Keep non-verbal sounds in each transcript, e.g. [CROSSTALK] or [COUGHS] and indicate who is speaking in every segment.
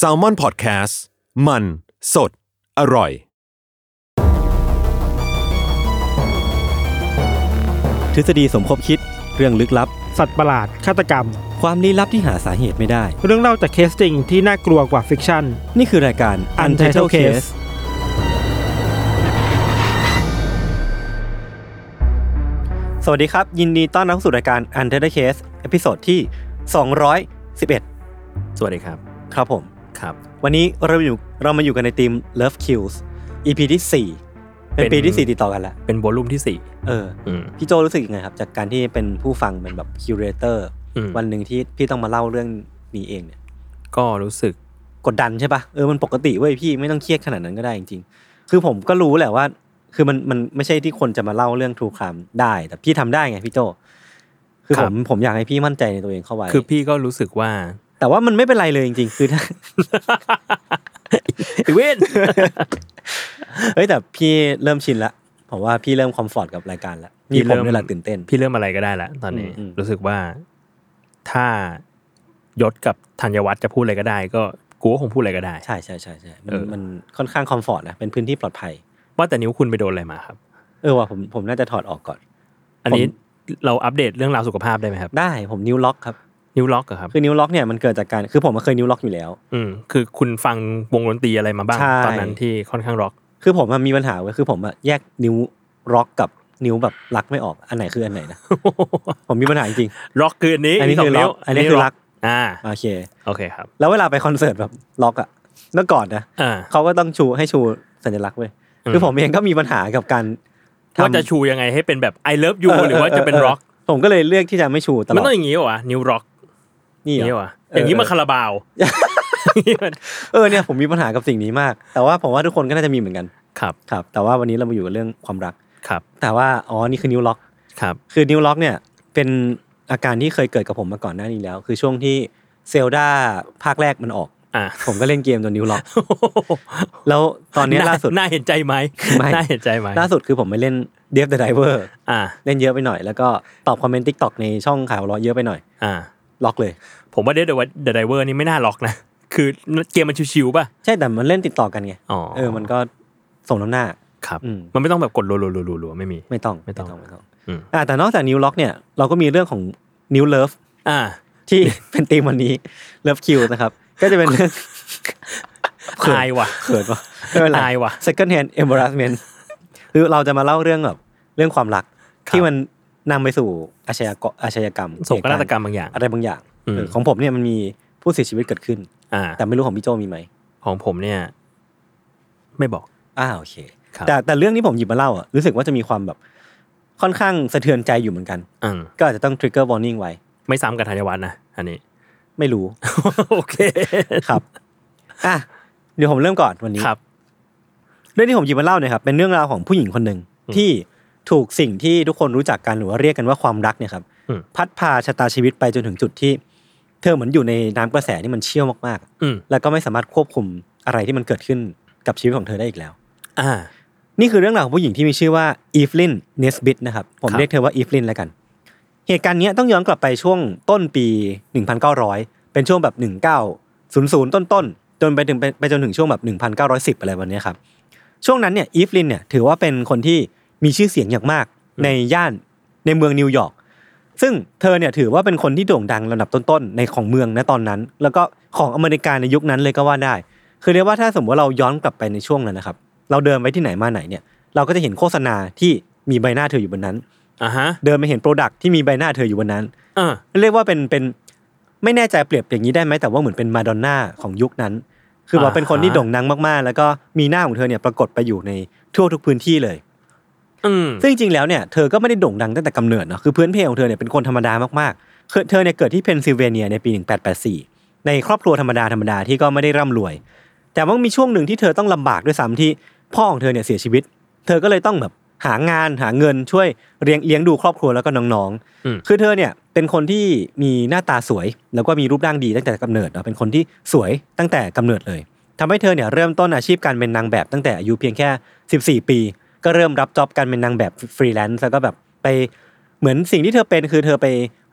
Speaker 1: s a l m o n PODCAST มัน สด อร่อย
Speaker 2: ทฤษฎีสมคบคิด เรื่องลึกลับ
Speaker 3: สัตว์ประหลาด ฆาตกรรม
Speaker 2: ความลี้ลับที่หาสาเหตุไม่ได้
Speaker 3: เรื่องเล่าจากเคสจริงที่น่ากลัวกว่าฟิกชั่น
Speaker 2: นี่คือรายการ Untitled Case สวัสดีครับ ยินดีต้อนรับสู่รายการ Untitled Case เอพิโซดที่ 211
Speaker 4: สวัสดีครับ
Speaker 2: ครับผม
Speaker 4: ครับ
Speaker 2: วันนี้เราอยู่เรามาอยู่กันในทีม Love Kills EP ที่ 4 เป็น
Speaker 4: เป็น
Speaker 2: ปีที่ 4 ติดต่อกันแล้ว
Speaker 4: เป็นวอลลุ่มที่สี่
Speaker 2: เออ
Speaker 4: อืม
Speaker 2: พี่โจรู้สึกยังไงครับ จากการที่เป็นผู้ฟังเป็นแบบคิวเรเตอร์
Speaker 4: อืม
Speaker 2: วันหนึ่งที่พี่ต้องมาเล่าเรื่องนี้เองเนี่ย
Speaker 4: ก็รู้สึก
Speaker 2: กดดันใช่ปะเออมันปกติเว้ยพี่ไม่ต้องเครียดขนาดนั้นก็ได้จริงๆ คือผมก็รู้แหละว่า คือมันมันไม่ใช่ที่คนจะมาเล่าเรื่องทรูครามได้ แต่พี่ทำได้ไงพี่โจคือ
Speaker 4: ค
Speaker 2: ผ
Speaker 4: รับ
Speaker 2: มผมอยากให้พี่มั่นใจในตัวเองเข้าไว้
Speaker 4: คือพี่ก็รู้สึกว่า [LAUGHS]
Speaker 2: แต่ว่ามันไม่เป็นไรเลยจริงๆ คือ [LAUGHS] ถ้า
Speaker 4: ติเวน
Speaker 2: เฮ้ยแต่พี่เริ่มชินละผมว่าพี่เริ่มคอมฟอร์ตกับรายการละมีผมเนี่ยแหละตื่นเต้น
Speaker 4: พี่เริ่มอะไรก็ได้ละตอนนี้
Speaker 2: อืมอืม
Speaker 4: รู้สึกว่าถ้ายศกับธัญวัฒน์จะพูดอะไรก็ได้ ก็กูก็คงพูดอะไรก็ได้
Speaker 2: ใช่ใช่ใช่ใช่มัน
Speaker 4: เออ
Speaker 2: มันค่อนข้างคอมฟอร์ตนะเป็นพื้นที่ปลอดภัย
Speaker 4: ว่าแต่นิ้วคุณไปโดนอะไรมาครับ
Speaker 2: เออว่ะผมผมน่าจะถอดออกก่อน
Speaker 4: อันนี้
Speaker 2: ผม
Speaker 4: เราอัปเดตเรื่องราวสุขภาพได้ไหมครับ
Speaker 2: ได้ผมนิ้วล็อกครับ
Speaker 4: นิ้วล็อกเหรอครับ
Speaker 2: คือนิ้วล็อกเนี่ยมันเกิดจากการคือผมอะเคยนิ้วล็อกอยู่แล้ว
Speaker 4: อืมคือคุณฟังวงดนตรีอะไรมาบ้าง
Speaker 2: ใช่
Speaker 4: ตอนนั้นที่ค่อนข้างล็อก [LAUGHS]
Speaker 2: คือผมอะมีปัญหาเว้ยคือผมอะแยกนิ้วร็อกกับนิ้วแบบรักไม่ออกอันไหนคืออันไหนนะ ผมมีปัญหาจริง
Speaker 4: ล็อกคือนนี้
Speaker 2: อันนี้
Speaker 4: กสง
Speaker 2: คือล็อก
Speaker 4: ว
Speaker 2: อันนี้คือล็อก
Speaker 4: อ่า
Speaker 2: ๆโอเค
Speaker 4: โอเคครับ
Speaker 2: แล้วเวลาไปคอนเสิร์ตแบบล็อกอะเมื่อก่อนนะ
Speaker 4: อ่า
Speaker 2: เขาก็ต้องชูให้ชูสัญลักษณ์เว้ย
Speaker 4: อืม
Speaker 2: คือผมเองก็มีปัญหากับการทำ
Speaker 4: ว่าจะชูยังไงให้เป็นแบบ I love you
Speaker 2: เห
Speaker 4: รือว่าจะเป็นร็อก
Speaker 2: ผมก็เลยเลือกที่จะไม่ชูตลอ
Speaker 4: มั
Speaker 2: น ด
Speaker 4: ต้องอย่างนี้วะนิวร็อก
Speaker 2: นี่
Speaker 4: อ
Speaker 2: เหร
Speaker 4: ย่างนี้
Speaker 2: อ
Speaker 4: วะอย่างนี้มา
Speaker 2: เออ
Speaker 4: คาราบาว
Speaker 2: [LAUGHS] เออเนี่ยผมมีปัญหากับสิ่งนี้มาก แต่ว่าผมว่าทุกคนก็น่าจะมีเหมือนกัน
Speaker 4: ครับ
Speaker 2: ครับ แต่ว่าวันนี้เรามาอยู่กับเรื่องความรัก
Speaker 4: ครับ
Speaker 2: แต่ว่าอ๋อนี่คือนิ้วล็อก
Speaker 4: ครับ
Speaker 2: คือนิ้วล็อกเนี่ยเป็นอาการที่เคยเกิดกับผมมาก่อนหน้านี้แล้ว คือช่วงที่เซลดาภาคแรกมันออก
Speaker 4: อ่ะ
Speaker 2: ผมก็เล่นเกมจนนิ้วล็อก แล้ว [LAUGHS] ตอนเนี้ยล่าสุด
Speaker 4: น่ [LAUGHS] น่าเห็นใจไหม
Speaker 2: ไม่
Speaker 4: [LAUGHS] น่าเห็นใจไหม
Speaker 2: ล่าสุดคือผมไปเล่นเดฟเดอะไดเวอร์
Speaker 4: อ่า
Speaker 2: เล่นเยอะไปหน่อย แล้วก็ตอบคอมเมนต์ทิกตอกในช่องข่าวร้อเยอะไปหน่อย
Speaker 4: อ่า
Speaker 2: ล็อกเลย
Speaker 4: ผมว่าเด e ไดเวอร์นี่ไม่น่าล็อกนะ คือเกมมันชิวๆป่ะ
Speaker 2: ใช่แต่มันเล่นติดต่อกันไง
Speaker 4: อ๋อ
Speaker 2: เออมันก็ส่งน้ำหน้า
Speaker 4: ครับ
Speaker 2: อืม
Speaker 4: มันไม่ต้องแบบกดรัวๆๆๆไม่มี
Speaker 2: ไม่ต้อง
Speaker 4: ไม่ต้อง
Speaker 2: ไม่ต้อง
Speaker 4: อืม
Speaker 2: อ่าแต่นอกจากนิ้วล็อกเนี่ยเราก็มีเรื่องของนิ้วเลิฟ
Speaker 4: อ่า
Speaker 2: ที่ [LAUGHS] เป็นธีมวันนี้เลิฟคิวนะครับก็จะเป็นเรื่อง เขิน
Speaker 4: อายว่ะ
Speaker 2: เขินวะไม่เป็นไร
Speaker 4: อายว่ะ
Speaker 2: second hand embarrassment [LAUGHS] คือเราจะมาเล่าเรื่องแบบเรื่องความรัก
Speaker 4: ครับ
Speaker 2: ที่มันนำไปสู่อาชญากรอาชญากรรม
Speaker 4: โศกนาฏกรรมบางอย่าง
Speaker 2: อะไรบางอย่าง
Speaker 4: อืม
Speaker 2: เออของผมเนี่ยมันมีผู้เสียชีวิตเกิดขึ้น
Speaker 4: อ่า
Speaker 2: แต่ไม่รู้ของพี่โจมีไหม
Speaker 4: ของผมเนี่ย ไม่บอก
Speaker 2: อ้าโอเค
Speaker 4: ครับ
Speaker 2: แต่แต่เรื่องที่ผมหยิบมาเล่าอ่ะรู้สึกว่าจะมีความแบบค่อนข้างสะเทือนใจอยู่เหมือนกัน
Speaker 4: อืม
Speaker 2: ก็อาจจะต้อง trigger warning ไว้
Speaker 4: ไม่ซ้ำกับธัญวัฒน์นะ อันนี้ [LAUGHS]
Speaker 2: ไม่รู้
Speaker 4: โอเค [LAUGHS]
Speaker 2: ครับอ่ะเดี๋ยวผมเริ่มก่อนวันนี้
Speaker 4: ครับ
Speaker 2: เรื่องที่ผมหยิบมาเล่าเนี่ยครับเป็นเรื่องราวของผู้หญิงคนหนึ่งที่ถูกสิ่งที่ทุกคนรู้จักกันหรือว่าเรียกกันว่าความรักเนี่ยครับ
Speaker 4: อืม
Speaker 2: พัดพาชะตาชีวิตไปจนถึงจุดที่ เธอเหมือนอยู่ในน้ำกระแสที่มันเชี่ยวมาก
Speaker 4: อืม
Speaker 2: ๆ แล้วก็ไม่สามารถควบคุมอะไรที่มันเกิดขึ้นกับชีวิตของเธอได้อีกแล้ว
Speaker 4: อ่า
Speaker 2: นี่คือเรื่องราวของผู้หญิงที่มีชื่อว่าอีฟลินเนสบิทนะครับผม
Speaker 4: ครับ
Speaker 2: เรียกเธอว่าอีฟลินแล้วกัน เหตุการณ์เนี้ยต้องย้อนกลับไปช่วงต้นปี 1900 เป็นช่วงแบบ 1900 ต้นๆจนไปถึงไปไปจนถึงช่วงแบบ 1910 อะไรวันเนี้ยครับ ช่วงนั้นเนี่ยอีฟลินเนี่ยถือว่าเป็นคนที่มีชื่อเสียงอย่างมากในย่านในเมืองนิวยอร์กซึ่งเธอเนี่ยถือว่าเป็นคนที่โด่งดังระดับต้นๆในของเมืองนะตอนนั้น แล้วก็ของอเมริกาในยุคนั้นเลยก็ว่าได้ คือเรียกว่าถ้าสมมติว่าเราย้อนกลับไปในช่วงนั้นนะครับ เราเดินไปที่ไหนมาไหนเนี่ยเราก็จะเห็นโฆษณาที่มีใบหน้าเธออยู่บนนั้น
Speaker 4: อ่าฮะ
Speaker 2: เดินไปเห็นโปรดักที่มีใบหน้าเธออยู่บนนั้น
Speaker 4: อ่า
Speaker 2: เรียกว่าเป็นเป็นไม่แน่ใจเปรียบอย่างนี้ได้ไหมแต่ว่าเหมือนเป็นมาดอนน่าของยุคนั้น คือว่าเป็นคนที่โด่งดังมากๆ แล้วก็มีหน้าของเธอเนี่ยปรากฏไปอยู่ในทั่วทุกพื้นที่เลย
Speaker 4: อืม
Speaker 2: ซึ่งจริงๆแล้วเนี่ยเธอก็ไม่ได้โด่งดังตั้งแต่กำเนิดเนาะคือพื้นเพของเธอเนี่ยเป็นคนธรรมดามากๆเธอเธอเนี่ยเกิดที่เพนซิลเวเนียในปี 1884 ในครอบครัวธรรมดาธรรมดาที่ก็ไม่ได้ร่ำรวย แต่ว่ามีช่วงหนึ่งที่เธอต้องลำบากด้วยซ้ำที่พ่อของเธอเนี่ยเสียชีวิต เธอก็เลยต้องแบบหางานหาเงินช่วยเลี้ยงเลี้ยงดูครอบครัวแล้วก็น้อง
Speaker 4: อืม
Speaker 2: ๆ คือเธอเนี่ยเป็นคนที่มีหน้าตาสวยแล้วก็มีรูปร่างดีตั้งแต่กำเนิดเนาะเป็นคนที่สวยตั้งแต่กำเนิดเลยทำให้เธอเนี่ยเริ่มต้นอาชีพการเป็นนางแบบตั้งแต่อายุเพียงแค่ 14 ปี ก็เริ่มรับจ็อบการเป็นนางแบบฟรีแลนซ์แล้วก็แบบไปเหมือนสิ่งที่เธอเป็นคือเธอไป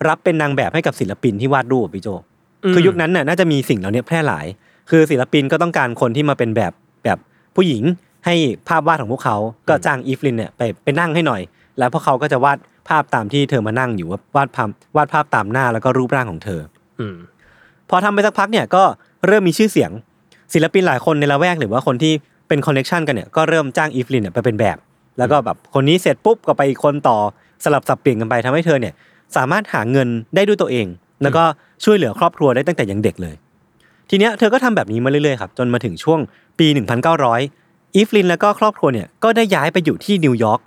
Speaker 2: รับเป็นนางแบบให้กับศิลปินที่วาดรูปอะพี่โจ คือยุคนั้นน่ะน่าจะมีสิ่งเหล่านี้แพร่หลาย คือศิลปินก็ต้องการคนที่มาเป็นแบบแบบผู้หญิงให้ภาพวาดของพวกเขา ก็จ้างอีฟลินเนี่ยไปไปนั่งให้หน่อย แล้วพวกเขาก็จะวาดภาพตามที่เธอมานั่งอยู่ว่าวาดภาพวาดภาพตามหน้าแล้วก็รูปร่างของเธอ
Speaker 4: อืม
Speaker 2: พอทำไปสักพักเนี่ยก็เริ่มมีชื่อเสียง ศิลปินหลายคนในละแวกหรือว่าคนที่เป็นคอนเนคชันกันเนี่ยก็เริ่มจ้างอีฟลินเนี่ยไปเป็นแบบ แล้วก็แบบคนนี้เสร็จปุ๊บก็ไปอีกคนต่อสลับสับเปลี่ยนกันไปทำให้เธอเนี่ยสามารถหาเงินได้ด้วยตัวเอง แล้วก็ช่วยเหลือครอบครัวได้ตั้งแต่ยังเด็กเลย ทีเนี้ยเธอก็ทำแบบนี้มาเรื่อยๆครับจนมาถึงช่วงปี 1900 อีฟลินแล้วก็ครอบครัวเนี่ยก็ได้ย้ายไปอยู่ที่นิวยอร์ก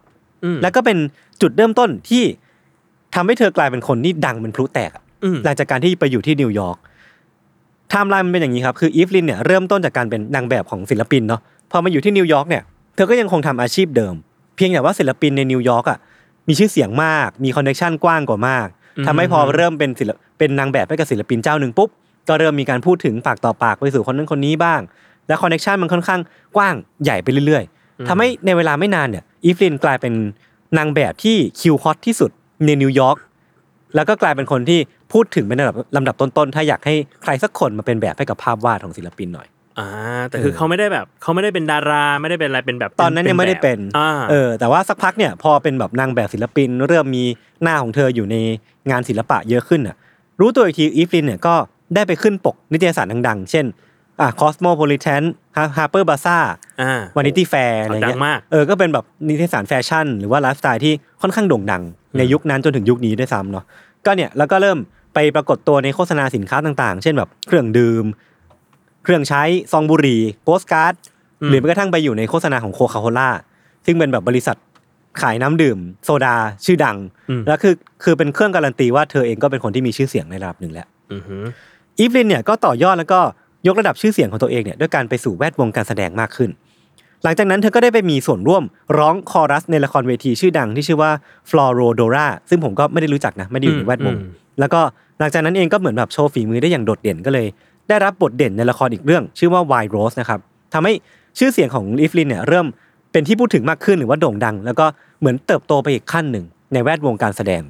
Speaker 4: อืม
Speaker 2: แล้วก็เป็นจุดเริ่มต้นที่ทำให้เธอกลายเป็นคนที่ดังเป็นพลุแตกอะ
Speaker 4: อืม
Speaker 2: หลังจากการที่ไปอยู่ที่นิวยอร์กไทม์ไลน์มันเป็นอย่างนี้ครับ คืออีฟลินเนี่ยเริ่มต้นจากการเป็นนางแบบของศิลปินเนาะพอมาอยู่ที่นิวยอร์กเนี่ยเธอก็ยังคงทำอาชีพเดิม เพียงแต่ว่าศิลปินในนิวยอร์กอ่ะมีชื่อเสียงมาก มีคอนเนคชันกว้างกว่ามากทำให้พอเริ่มเป็นศิลปเป็นนางแบบให้กับศิลปินเจ้าหนึ่งปุ๊บก็เริ่มมีการพูดถึงปากต่อปากไปสู่คนนั้นคนนี้บ้าง และคอนเนคชันมันค่อนข้างกว้างใหญ่ไปเรื่อยๆทำให้ในเวลาไม่นานเนี่ยอีฟลินกลายเป็นนางแบบที่คิวฮอตที่สุดในนิวยอร์ก แล้วก็กลายเป็นคนที่พูดถึงเป็นระดับลำดับต้นๆ ถ้าอยากให้ใครสักคนมาเป็นแบบให้กับภาพวาดของศิลปินหน่อย
Speaker 4: อ่า แต่คือเขาไม่ได้แบบเขาไม่ได้เป็นดาราไม่ได้เป็นอะไรเป็นแบบ
Speaker 2: ตอนนั้นยังไม่ได้เป็น
Speaker 4: แบบอ่า
Speaker 2: เออ แต่ว่าสักพักเนี่ยพอเป็นแบบนางแบบศิลปิน เริ่มมีหน้าของเธออยู่ในงานศิลปะเยอะขึ้นน่ะ รู้ตัวอีกทีอีฟลินเนี่ยก็ได้ไปขึ้นปกนิตยสารดังๆ เช่น อ่ะคอสโมโพลิแทนฮาร์เปอร์บาซ่า
Speaker 4: อ่า
Speaker 2: วานิตี้แฟร์อะไรเงี้
Speaker 4: ดั
Speaker 2: ย
Speaker 4: งมาก
Speaker 2: เออ ก็เป็นแบบนิตยสารแฟชั่น หรือว่าไลฟ์สไตล์ที่ค่อนข้างโด่งดัง ในยุคนั้นจนถึงยุคนี้ด้วยซ้ำเนาะ ก็เนี่ยแล้วก็เริ่มไปปรากฏตัวในโฆษณาสินค้าต่างๆ เช่นแบบเครื่องดื่ม เครื่องใช้ ซองบุหรี่โปสการ์ด หรือแม้กระทั่งไปอยู่ในโฆษณาของโคคาโคล่าซึ่งเป็นแบบบริษัทขายน้ำดื่ม โซดาชื่อดัง
Speaker 4: อืม
Speaker 2: แล้วคือคือเป็นเครื่องการันตีว่าเธอเองก็เป็นคนที่มีชื่อเสียงในระดับหนึ่งแล้ว
Speaker 4: อือหือ
Speaker 2: อีฟลินเนี่ยก็ต่อยอดแล้วก็ยกระดับชื่อเสียงของตัวเองเนี่ยด้วยการไปสู่แวดวงการแสดงมากขึ้น หลังจากนั้นเธอก็ได้ไปมีส่วนร่วมร้องคอรัสในละครเวทีชื่อดังที่ชื่อว่าฟลอโรโดราซึ่งผมก็ไม่ได้รู้จักนะ ไม่ได้อยู่ในแวดวง
Speaker 4: อืมอืม
Speaker 2: แล้วก็หลังจากนั้นเองก็เหมือนแบบโชว์ฝีมือได้อย่างโดดเด่นก็เลย ได้รับบทเด่นในละครอีกเรื่อง ชื่อว่า Wild Rose นะครับทำให้ชื่อเสียงของอีฟลินเนี่ยเริ่มเป็นที่พูดถึงมากขึ้นหรือว่าโด่งดัง แล้วก็เหมือนเติบโตไปอีกขั้นหนึ่งในแวดวงการแสดง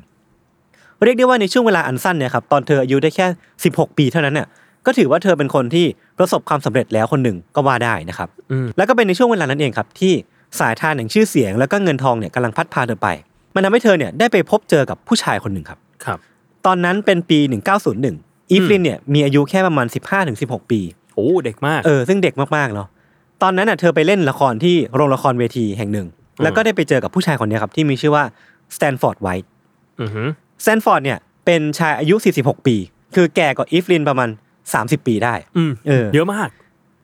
Speaker 2: เรียกได้ว่าในช่วงเวลาอันสั้นเนี่ยครับตอนเธออายุได้แค่ 16 ปีเท่านั้นเนี่ยก็ถือว่าเธอเป็นคนที่ประสบความสำเร็จแล้วคนหนึ่งก็ว่าได้นะครับ
Speaker 4: อืม
Speaker 2: แล้วก็เป็นในช่วงเวลานั้นเองครับ ที่สายทานแห่งชื่อเสียงแล้วก็เงินทองเนี่ยกำลังพัดพาเธอไป มันทำให้เธอเนี่ยได้ไปพบเจอกับผู้ชายคนหนึ่งครับ
Speaker 4: ครับ
Speaker 2: ตอนนั้นเป็นปี 1901 อีฟลินเนี่ยมีอายุแค่ประมาณ 15-16 ปี
Speaker 4: โอ้เด็กมาก
Speaker 2: เออซึ่งเด็กมากๆเนาะตอนนั้นน่ะเธอไปเล่นละครที่โรงละครเวทีแห่งหนึ่ง แล้วก็ได้ไปเจอกับผู้ชายคนเนี้ยครับที่มีชื่อว่าสแตนฟอร์ดไว
Speaker 4: อือหือ
Speaker 2: แซนฟอร์ดเนี่ยเป็นชายอายุ 46 ปี คือแก่กว่าอีฟลินประมาณ 30 ปีได้
Speaker 4: อืม
Speaker 2: เออ
Speaker 4: เยอะมาก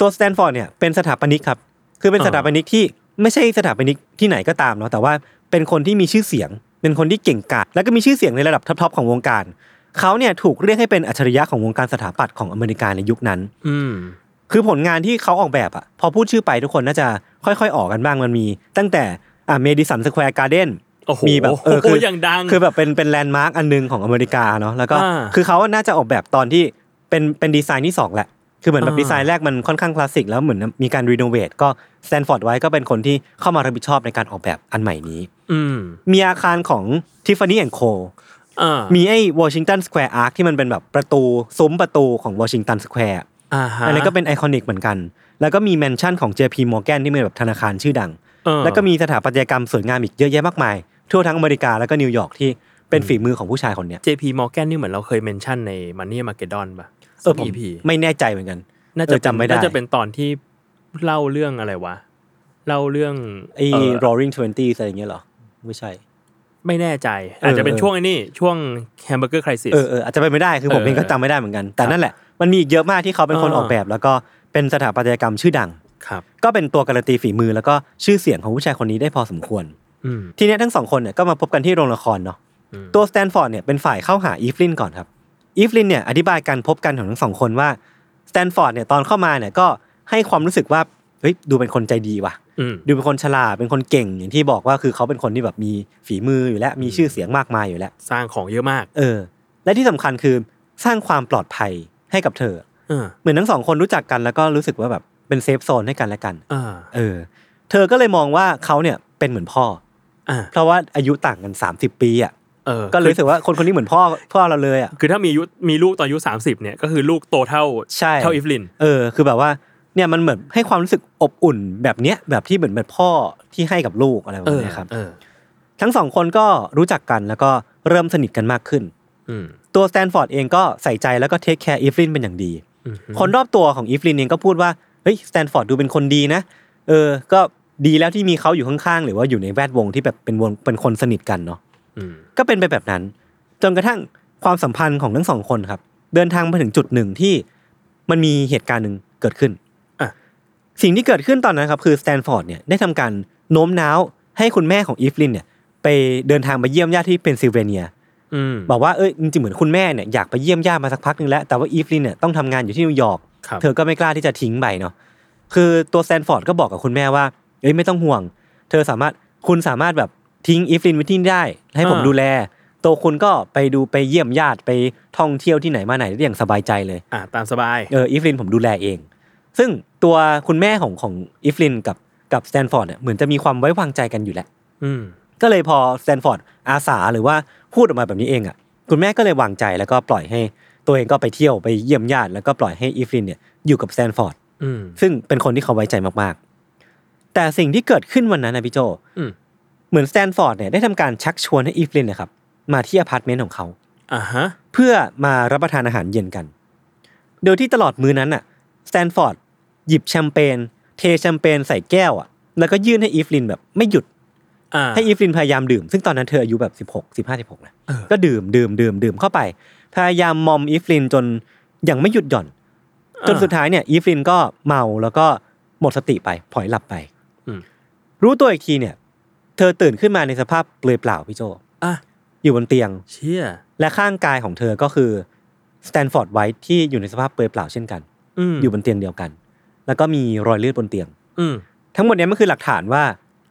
Speaker 2: ตัวสแตนฟอร์ดเนี่ยเป็นสถาปนิกครับ คือเป็น
Speaker 4: อ่า
Speaker 2: สถาปนิกที่ไม่ใช่สถาปนิกที่ไหนก็ตามเนาะ แต่ว่าเป็นคนที่มีชื่อเสียง เป็นคนที่เก่งกาจ แล้วก็มีชื่อเสียงในระดับท็อปๆของวงการ เขาเนี่ยถูกเรียกให้เป็นอัจฉริยะของวงการสถาปัตย์ของอเมริกาในยุคนั้น
Speaker 4: อืม
Speaker 2: คือผลงานที่เขาออกแบบอะพอพูดชื่อไปทุกคนน่าจะค่อยๆ ออกกันบ้าง มันมี ตั้งแต่อ่าเมดิสันสแควร์การ์เด้น
Speaker 4: โอ้โห
Speaker 2: มีแบบเออ
Speaker 4: โอ้
Speaker 2: คือ
Speaker 4: อย่างดัง
Speaker 2: คือแบบเป็นเป็นแลนด์มาร์กอันหนึงของอเมริกาเนาะแล้วก็
Speaker 4: อ่า
Speaker 2: คือเขาอะน่าจะออกแบบตอนที่เป็นเป็นดีไซน์ที่สองแหละ คือเหมือนแบบ
Speaker 4: อ่า
Speaker 2: ดีไซน์แรกมันค่อนข้างคลาสสิกแล้วเหมือนมีการรีโนเวทก็แซนฟอร์ดไว้ก็เป็นคนที่เข้ามารับผิดชอบในการออกแบบอันใหม่นี้
Speaker 4: อืม
Speaker 2: มีอาคารของทิฟฟานี่แอนโค
Speaker 4: อ่า
Speaker 2: มี
Speaker 4: มี
Speaker 2: ไอ้วอชิงตันสแควร์อาร์คที่มันเป็นแบบประตูซุ้มประตูของวอชิงตันสแควร์
Speaker 4: อ่าฮะ
Speaker 2: อันนั้นก็เป็นไอคอนิกเหมือนกัน แล้วก็มีแมนชั่นของ JP Morgan ที่เป็นแบบธนาคารชื่อดัง
Speaker 4: เออ
Speaker 2: แล้วก็มีสถาปัตยกรรมสวยงามอีกเยอะแยะมากมาย ทั่วทั้งอเมริกาแล้วก็นิวยอร์กที่เป็นฝีมือของผู้ชายคนเนี้ย
Speaker 4: เจพีมอร์แกนนี่เหมือนเราเคยเมนชั่นในมันนี่มาเกดอนป่ะ
Speaker 2: เออผม
Speaker 4: สัก EP
Speaker 2: ไม่แน่ใจเหมือนกัน
Speaker 4: น่าจะ
Speaker 2: เออจำไม่ได้
Speaker 4: น่าจะเป็นตอนที่เล่าเรื่องอะไรวะ เล่าเรื่อง
Speaker 2: ไอ้
Speaker 4: เอ่อ
Speaker 2: roaring twenties อะไรอย่างเงี้ยเหรอ ไม่ใช่
Speaker 4: ไม่แน่ใจ อาจจะเป็น
Speaker 2: เออ
Speaker 4: ช่วงไอ้นี่ ช่วงแฮมเบอร์เกอร์คริส
Speaker 2: เออเอออาจจะไปนไม่ได้คือผม
Speaker 4: เออ
Speaker 2: เองก็จำไม่ได้เหมือนกัน แต่
Speaker 4: ครับ
Speaker 2: นั่นแหละ มันมีอีกเยอะมากที่เขาเป็นคน
Speaker 4: อ่า
Speaker 2: ออกแบบ แล้วก็เป็นสถาปัตยกรรมชื่อดัง
Speaker 4: ครับ
Speaker 2: ก็เป็นตัวการันตีฝีมือแล้วก็ชื่อเสียงของผู้ชายคนนี้ได้พอสมควร
Speaker 4: อืม
Speaker 2: ทีเนี้ยทั้งสองคนเนี่ยก็มาพบกันที่โรงละครเนาะ
Speaker 4: อืม
Speaker 2: ตัวสแตนฟอร์ดเนี่ยเป็นฝ่ายเข้าหาอีฟลินก่อนครับ อีฟลินเนี่ยอธิบายการพบกันของทั้งสองคนว่าสแตนฟอร์ดเนี่ยตอนเข้ามาเนี่ยก็ให้ความรู้สึกว่าเฮ้ยดูเป็นคนใจดีว่ะ
Speaker 4: อืม
Speaker 2: ดูเป็นคนฉลาดเป็นคนเก่งอย่างที่บอกว่าคือเขาเป็นคนที่แบบมีฝีมืออยู่แล้วมีชื่อเสียงมากมายอยู่แล้ว
Speaker 4: สร้างของเยอะมาก
Speaker 2: เออ และที่สำคัญคือสร้างความปลอดภัยให้กับเธอ
Speaker 4: เออ
Speaker 2: เหมือนทั้งสองคนรู้จักกันแล้วก็รู้สึกว่าแบบเป็นเซฟโซนให้กันและกัน
Speaker 4: อ่า
Speaker 2: เออ เธอก็เลยมองว่าเขาเนี่ยเป็นเหมือนพ่อ
Speaker 4: อ่า
Speaker 2: เพราะว่าอายุต่างกัน 30 ปีอ่ะ
Speaker 4: เออ
Speaker 2: ก็เลยรู้สึกว่าคนคนนี้เหมือนพ่อพ่อเราเลยอ่ะ
Speaker 4: คือคือถ้ามีอายุมีลูกตอนอายุสามสิบเนี่ยก็คือลูกโตเท่า
Speaker 2: ใช่
Speaker 4: เท่าอีฟลิน
Speaker 2: เออ คือแบบว่าเนี่ยมันเหมือนให้ความรู้สึกอบอุ่นแบบเนี้ยแบบที่เหมือนแบบพ่อที่ให้กับลูกอะไรแบบ
Speaker 4: เออ
Speaker 2: นี้ครับ
Speaker 4: เออ
Speaker 2: ทั้งสองคนก็รู้จักกันแล้วก็เริ่มสนิทกันมากขึ้น
Speaker 4: อืม
Speaker 2: ตัวสแตนฟอร์ดเองก็ใส่ใจแล้วก็เทคแคร์อีฟลินเป็นอย่างดี
Speaker 4: อืม
Speaker 2: คนรอบตัวของอีฟลินเองก็พูดว่าเฮ้ยสแตนฟอร์ดดูเป็นคนดีนะ เออ ก็ดีแล้วที่มีเขาอยู่ข้างๆ หรือว่าอยู่ในแวดวงที่แบบเป็นวงเป็นคนสนิทกันเนาะ
Speaker 4: อืม
Speaker 2: ก็เป็นไปแบบนั้น จนกระทั่งความสัมพันธ์ของทั้งสองคนครับ เดินทางมาถึงจุดหนึ่งที่มันมีเหตุการณ์หนึ่งเกิดขึ้นสิ่งที่เกิดขึ้นตอนนั้นครับคือสแตนฟอร์ดเนี่ยได้ทำการโน้มน้าวให้คุณแม่ของอีฟลินเนี่ยไปเดินทางไปเยี่ยมญาติที่เพนซิลเวเนีย
Speaker 4: อืม
Speaker 2: บอกว่าเอ้ยจริงๆเหมือนคุณแม่เนี่ยอยากไปเยี่ยมญาติมาสักพักหนึงแล้ว แต่ว่าอีฟลินเนี่ยต้องทำงานอยู่ที่นิวยอร์ก
Speaker 4: ครับ
Speaker 2: เธอก็ไม่กล้าที่จะทิ้งไปเนาะคือตัวแซนฟอร์ดก็บอกกับคุณแม่ว่าเอ้ยไม่ต้องห่วง เธอสามารถคุณสามารถแบบทิ้งอีฟลินไว้ที่นี่ได้ ให้ผมดูแล ตัวคุณก็ไปดูไปเยี่ยมญาติไปท่องเที่ยวที่ไหนมาไหนได้อย่างสบายใจเลย
Speaker 4: อ่าตามสบาย
Speaker 2: เอออีฟลินผมดูแลเอง ซึ่งตัวคุณแม่ของของอีฟลินกับกับแซนฟอร์ดเนี่ยเหมือนจะมีความไว้วางใจกันอยู่แหละ
Speaker 4: อืม
Speaker 2: ก็เลยพอสแตนฟอร์ดอาสาหรือว่าพูดออกมาแบบนี้เองอ่ะคุณแม่ก็เลยวางใจแล้วก็ปล่อยให้ตัวเองก็ไปเที่ยวไปเยี่ยมญาติแล้วก็ปล่อยให้อีฟลินเนี่ยอยู่กับสแตนฟอร์ด
Speaker 4: อืม
Speaker 2: ซึ่งเป็นคนที่เขาไว้ใจมากๆ แต่สิ่งที่เกิดขึ้นวันนั้นนะพี่โจ
Speaker 4: อืม
Speaker 2: เหมือนสแตนฟอร์ดเนี่ยได้ทำการชักชวนให้อีฟลินนะครับมาที่อพาร์ตเมนต์ของเขา
Speaker 4: อ่าฮะ
Speaker 2: เพื่อมารับประทานอาหารเย็นกัน โดยที่ตลอดมื้อนั้นน่ะสแตนฟอร์ดหยิบแชมเปญเทแชมเปญใส่แก้วอ่ะแล้วก็ยื่นให้อีฟลินแบบไม่หยุด
Speaker 4: อ่า
Speaker 2: ให้อีฟลินพยายามดื่ม ซึ่งตอนนั้นเธออายุแบบ 16 15 16นะ
Speaker 4: เออ
Speaker 2: ก็ดื่มดื่มดื่มดื่มเข้าไป พยายามมอมอีฟลินจนยังไม่หยุดหย่อน จนสุดท้ายเนี่ยอีฟลินก็เมาแล้วก็หมดสติไปผลอยหลับไป
Speaker 4: อืม
Speaker 2: รู้ตัวอีกทีเนี่ย เธอตื่นขึ้นมาในสภาพเปลือยเปล่าพี่โจ
Speaker 4: อ่ะ
Speaker 2: อยู่บนเตียง
Speaker 4: เชี่ย
Speaker 2: และข้างกายของเธอก็คือสแตนฟอร์ดไวท์ที่อยู่ในสภาพเปลือยเปล่าเช่นกัน
Speaker 4: อืม
Speaker 2: อยู่บนเตียงเดียวกัน แล้วก็มีรอยเลือดบนเตียง
Speaker 4: อืม
Speaker 2: ทั้งหมดเนี้มันคือหลักฐานว่า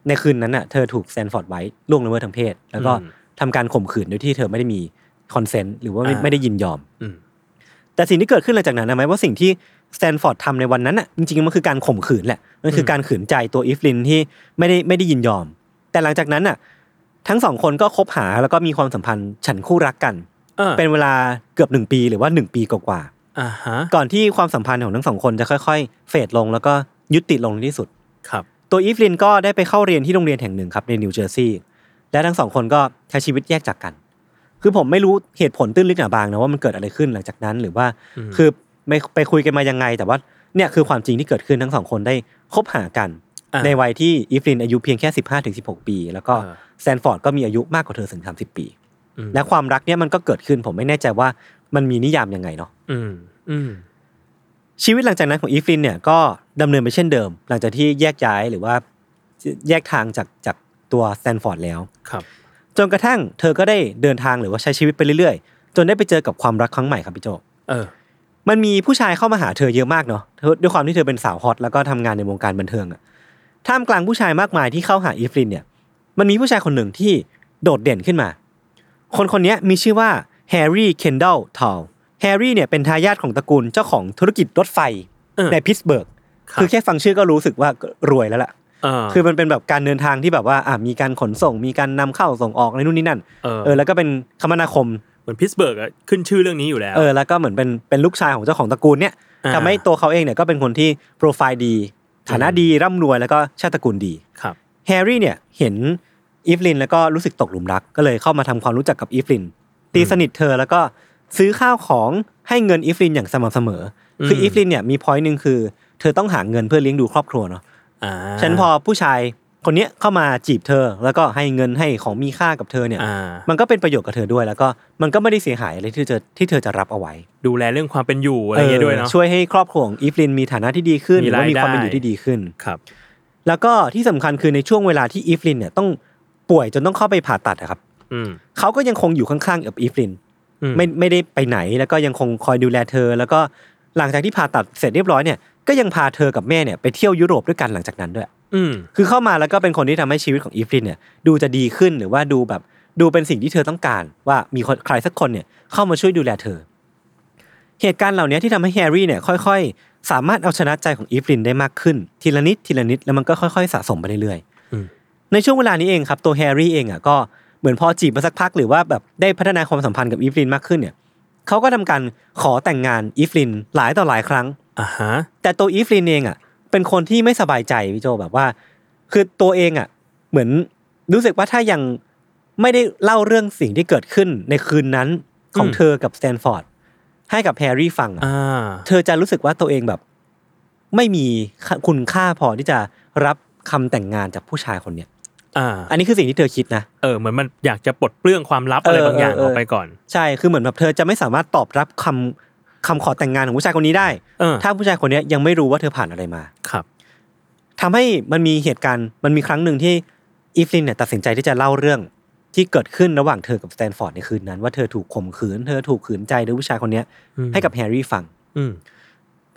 Speaker 2: ในคืนนั้นน่ะเธอถูกแซนฟอร์ดไว้ล่วงละเมิดทางเพศ แล้วก็
Speaker 4: อืม
Speaker 2: ทำการข่มขืนโดยที่เธอไม่ได้มีคอนเซนต์หรือว่าไม่
Speaker 4: อ่า
Speaker 2: ไม่ได้ยินยอม
Speaker 4: อืม
Speaker 2: แต่สิ่งที่เกิดขึ้นหลังจากนั้นนะไหมายว่าสิ่งที่แซนฟอร์ดทำในวันนั้นน่ะจริงๆมันคือการข่มขืนแหละมันคือการขืนใจตัวอีฟลินที่ไม่ได้ไม่ได้ยินยอม แต่หลังจากนั้นน่ะทั้งสองคนก็คบหาแล้วก็มีความสัมพันธ์ฉันคู่รักกัน
Speaker 4: อ่า
Speaker 2: เป็นเวลาเกือบหนึ่งปีหรือว่าหนึ่งปีกว่า
Speaker 4: อ่าฮะ
Speaker 2: ๆก่อนที่ความสัมพันธ์ของทั้งสองคนจะค่อยๆ เฟดลงแล้วก็ยุติลงในที่สุด
Speaker 4: ครับ
Speaker 2: ตัวอีฟลินก็ได้ไปเข้าเรียนที่โรงเรียนแห่งหนึ่งครับในนิวเจอร์ซีย์และทั้งสองคนก็ใช้ชีวิตแยกจากกัน คือผมไม่รู้เหตุผลตื้นลึกหนาบางนะว่ามันเกิดอะไรขึ้นหลังจากนั้น หรือว่า
Speaker 4: อืม
Speaker 2: คือไปไปคุยกันมายังไง แต่ว่าเนี่ยคือความจริงที่เกิดขึ้นทั้งสองคนได้คบหากัน
Speaker 4: อ่ะ
Speaker 2: ในวัยที่อีฟลินอายุเพียงแค่สิบห้าถึงสิบหกปี แล้วก็
Speaker 4: เออ
Speaker 2: แซนฟอร์ดก็มีอายุมากกว่าเธอถึงสามสิบปี
Speaker 4: อืม
Speaker 2: และความรักเนี่ยมันก็เกิดขึ้นผมไม่แน่ใจว่ามันมีนิยามยังไงเนาะ
Speaker 4: อืมอืม
Speaker 2: ชีวิตหลังจากนั้นของอีฟลินเนี่ยก็ดำเนินไปเช่นเดิม หลังจากที่แยกย้ายหรือว่าแยกทางจากจากตัวสแตนฟอร์ดแล้ว
Speaker 4: ครับ
Speaker 2: จนกระทั่งเธอก็ได้เดินทางหรือว่าใช้ชีวิตไปเรื่อยๆ จนได้ไปเจอกับความรักครั้งใหม่ครับพี่โจ
Speaker 4: เออ
Speaker 2: มันมีผู้ชายเข้ามาหาเธอเยอะมากเนาะเธอด้วยความที่เธอเป็นสาวฮอตแล้วก็ทำงานในวงการบันเทิงอะท่ามกลางผู้ชายมากมายที่เข้าหาอีฟลินเนี่ยมันมีผู้ชายคนหนึ่งที่โดดเด่นขึ้นมา คนคนนี้มีชื่อว่าแฮร์รี่เคนดัลทาวแฮร์รี่เนี่ยเป็นทายาทของตระกูลเจ้าของธุรกิจรถไฟ
Speaker 4: เออ
Speaker 2: ในพิตสเบิร์ก
Speaker 4: รับ
Speaker 2: คือแค่ฟังชื่อก็รู้สึกว่ารวยแล้วล่ะ
Speaker 4: เออ
Speaker 2: คือมันเป็นแบบการเดินทางที่แบบว่าอ่ะมีการขนส่ง มีการนำเข้าส่งออกในนู่นนี่นั่น
Speaker 4: เออ
Speaker 2: เออ แล้วก็เป็นคมนาคม
Speaker 4: เหมือนพิตสเบิร์กอะขึ้นชื่อเรื่องนี้อยู่แล้ว
Speaker 2: เออ แล้วก็เหมือนเป็นเป็นลูกชายของเจ้าของตระกูลเนี่ย
Speaker 4: า
Speaker 2: ทำให้ตัวเขาเองเนี่ยก็เป็นคนที่โปรไฟล์ดี ฐานะดี ร่ำรวย แล้วก็ชาติตระกูลดี
Speaker 4: ครับ
Speaker 2: แฮร์รี่เนี่ยเห็นอีฟลินแล้วก็รู้สึกตกหลุมรัก ก็เลยเข้ามาทำความรู้จักกับอีฟลิน ตีสนิทเธอแล้วก็ซื้อข้าวของให้เงินอีฟลินอย่างสม่ำเสมออคืออีฟลินเนี่ยมีพอยต์หนึ่งคือ เธอต้องหาเงินเพื่อเลี้ยงดูครอบครัวเนาะ
Speaker 4: อ่า
Speaker 2: ฉันพอผู้ชายคนเนี้ยเข้ามาจีบเธอ แล้วก็ให้เงินให้ของมีค่ากับเธอเนี่ย
Speaker 4: อ่า
Speaker 2: มันก็เป็นประโยชน์กับเธอด้วย แล้วก็มันก็ไม่ได้เสียหายอะไรที่เธอที่เธอจะรับเอาไว้
Speaker 4: ดูแลเรื่องความเป็นอยู่อะไรอย่างเงี้ยด้วยเนาะ
Speaker 2: ช่วยให้ครอบครัวของอีฟลินมีฐานะที่ดีขึ้นห
Speaker 4: มี
Speaker 2: รือว่าร
Speaker 4: าย
Speaker 2: มี
Speaker 4: ได้
Speaker 2: ความเป็นอยู่ที่ดีขึ้น
Speaker 4: ครับ
Speaker 2: แล้วก็ที่สำคัญคือในช่วงเวลาที่อีฟลินเนี่ยต้องป่วยจนต้องเข้าไปผ่าตัดอะครับ
Speaker 4: อืม
Speaker 2: เขาก็ยังคงอยู่ข้างๆกับอีฟลิน
Speaker 4: อืม
Speaker 2: ไม่ไม่ได้ไปไหนแล้วก็ยังคงคอยดูแลเธอ แล้วก็หลังจากที่ผ่าตัดเสร็จเรียบร้อยเนี่ยก็ยังพาเธอกับแม่เนี่ยไปเที่ยวยุโรปด้วยกันหลังจากนั้นด้วย
Speaker 4: อืม
Speaker 2: คือเข้ามาแล้วก็เป็นคนที่ทำให้ชีวิตของอีฟลินเนี่ยดูจะดีขึ้นหรือว่าดูแบบดูเป็นสิ่งที่เธอต้องการ ว่ามีคนใครสักคนเนี่ยเข้ามาช่วยดูแลเธอ เหตุการณ์เหล่านี้ที่ทำให้แฮร์รี่เนี่ยค่อยๆ สามารถเอาชนะใจของอีฟลินได้มากขึ้น ทีละนิดทีละนิดแล้วมันก็ค่อยๆ สะสมไปเรื่อย
Speaker 4: อืม
Speaker 2: ๆในช่วงเวลานี้เองครับตัวแฮร์รี่เองอ่ะก็เหมือนพอจีบมาสักพักหรือว่าแบบได้พัฒนาความสัมพันธ์กับอีฟลินมากขึ้นเนี่ยเขาก็ทำการขอแต่งงานอีฟลินหลายต่อหลายครั้ง
Speaker 4: อ่าฮะ
Speaker 2: แต่ตัวอีฟลินเองอ่ะเป็นคนที่ไม่สบายใจพี่โจแบบว่า คือตัวเองอ่ะเหมือนรู้สึกว่าถ้ายังไม่ได้เล่าเรื่องสิ่งที่เกิดขึ้นในคืนนั้นของ
Speaker 4: อืม
Speaker 2: เธอกับสแตนฟอร์ดให้กับแฮร์รี่ฟังอะ
Speaker 4: อ่า
Speaker 2: เธอจะรู้สึกว่าตัวเองแบบ ไม่มีค่าคุณค่าพอที่จะรับคำแต่งงานจากผู้ชายคนเนี้ย
Speaker 4: อ่า
Speaker 2: อันนี้คือสิ่งที่เธอคิดนะ
Speaker 4: เออเหมือนมันอยากจะปลดเปลื้องความลับอะ
Speaker 2: เออบ
Speaker 4: ไรางอย่าง
Speaker 2: เออเอ
Speaker 4: อ
Speaker 2: อ
Speaker 4: อกไปก่อน
Speaker 2: ใช่คือเหมือนแบบเธอจะไม่สามารถตอบรับคำคำขอแต่งงานของผู้ชายคนนี้ได้
Speaker 4: เออ
Speaker 2: ถ้าผู้ชายคนเนี้ยยังไม่รู้ว่าเธอผ่านอะไรมา
Speaker 4: ครับ
Speaker 2: ทำให้มันมีเหตุการณ์มันมีครั้งหนึ่งที่อีฟลินเนี่ยตัดสินใจที่จะเล่าเรื่องที่เกิดขึ้นระหว่างเธอกับสแตนฟอร์ดในคืนนั้น ว่าเธอถูกข่มขืน เธอถูกขืนใจโดยผู้ชายคนเนี้ย
Speaker 4: อืม
Speaker 2: ให้กับแฮร์รี่ฟัง
Speaker 4: อืม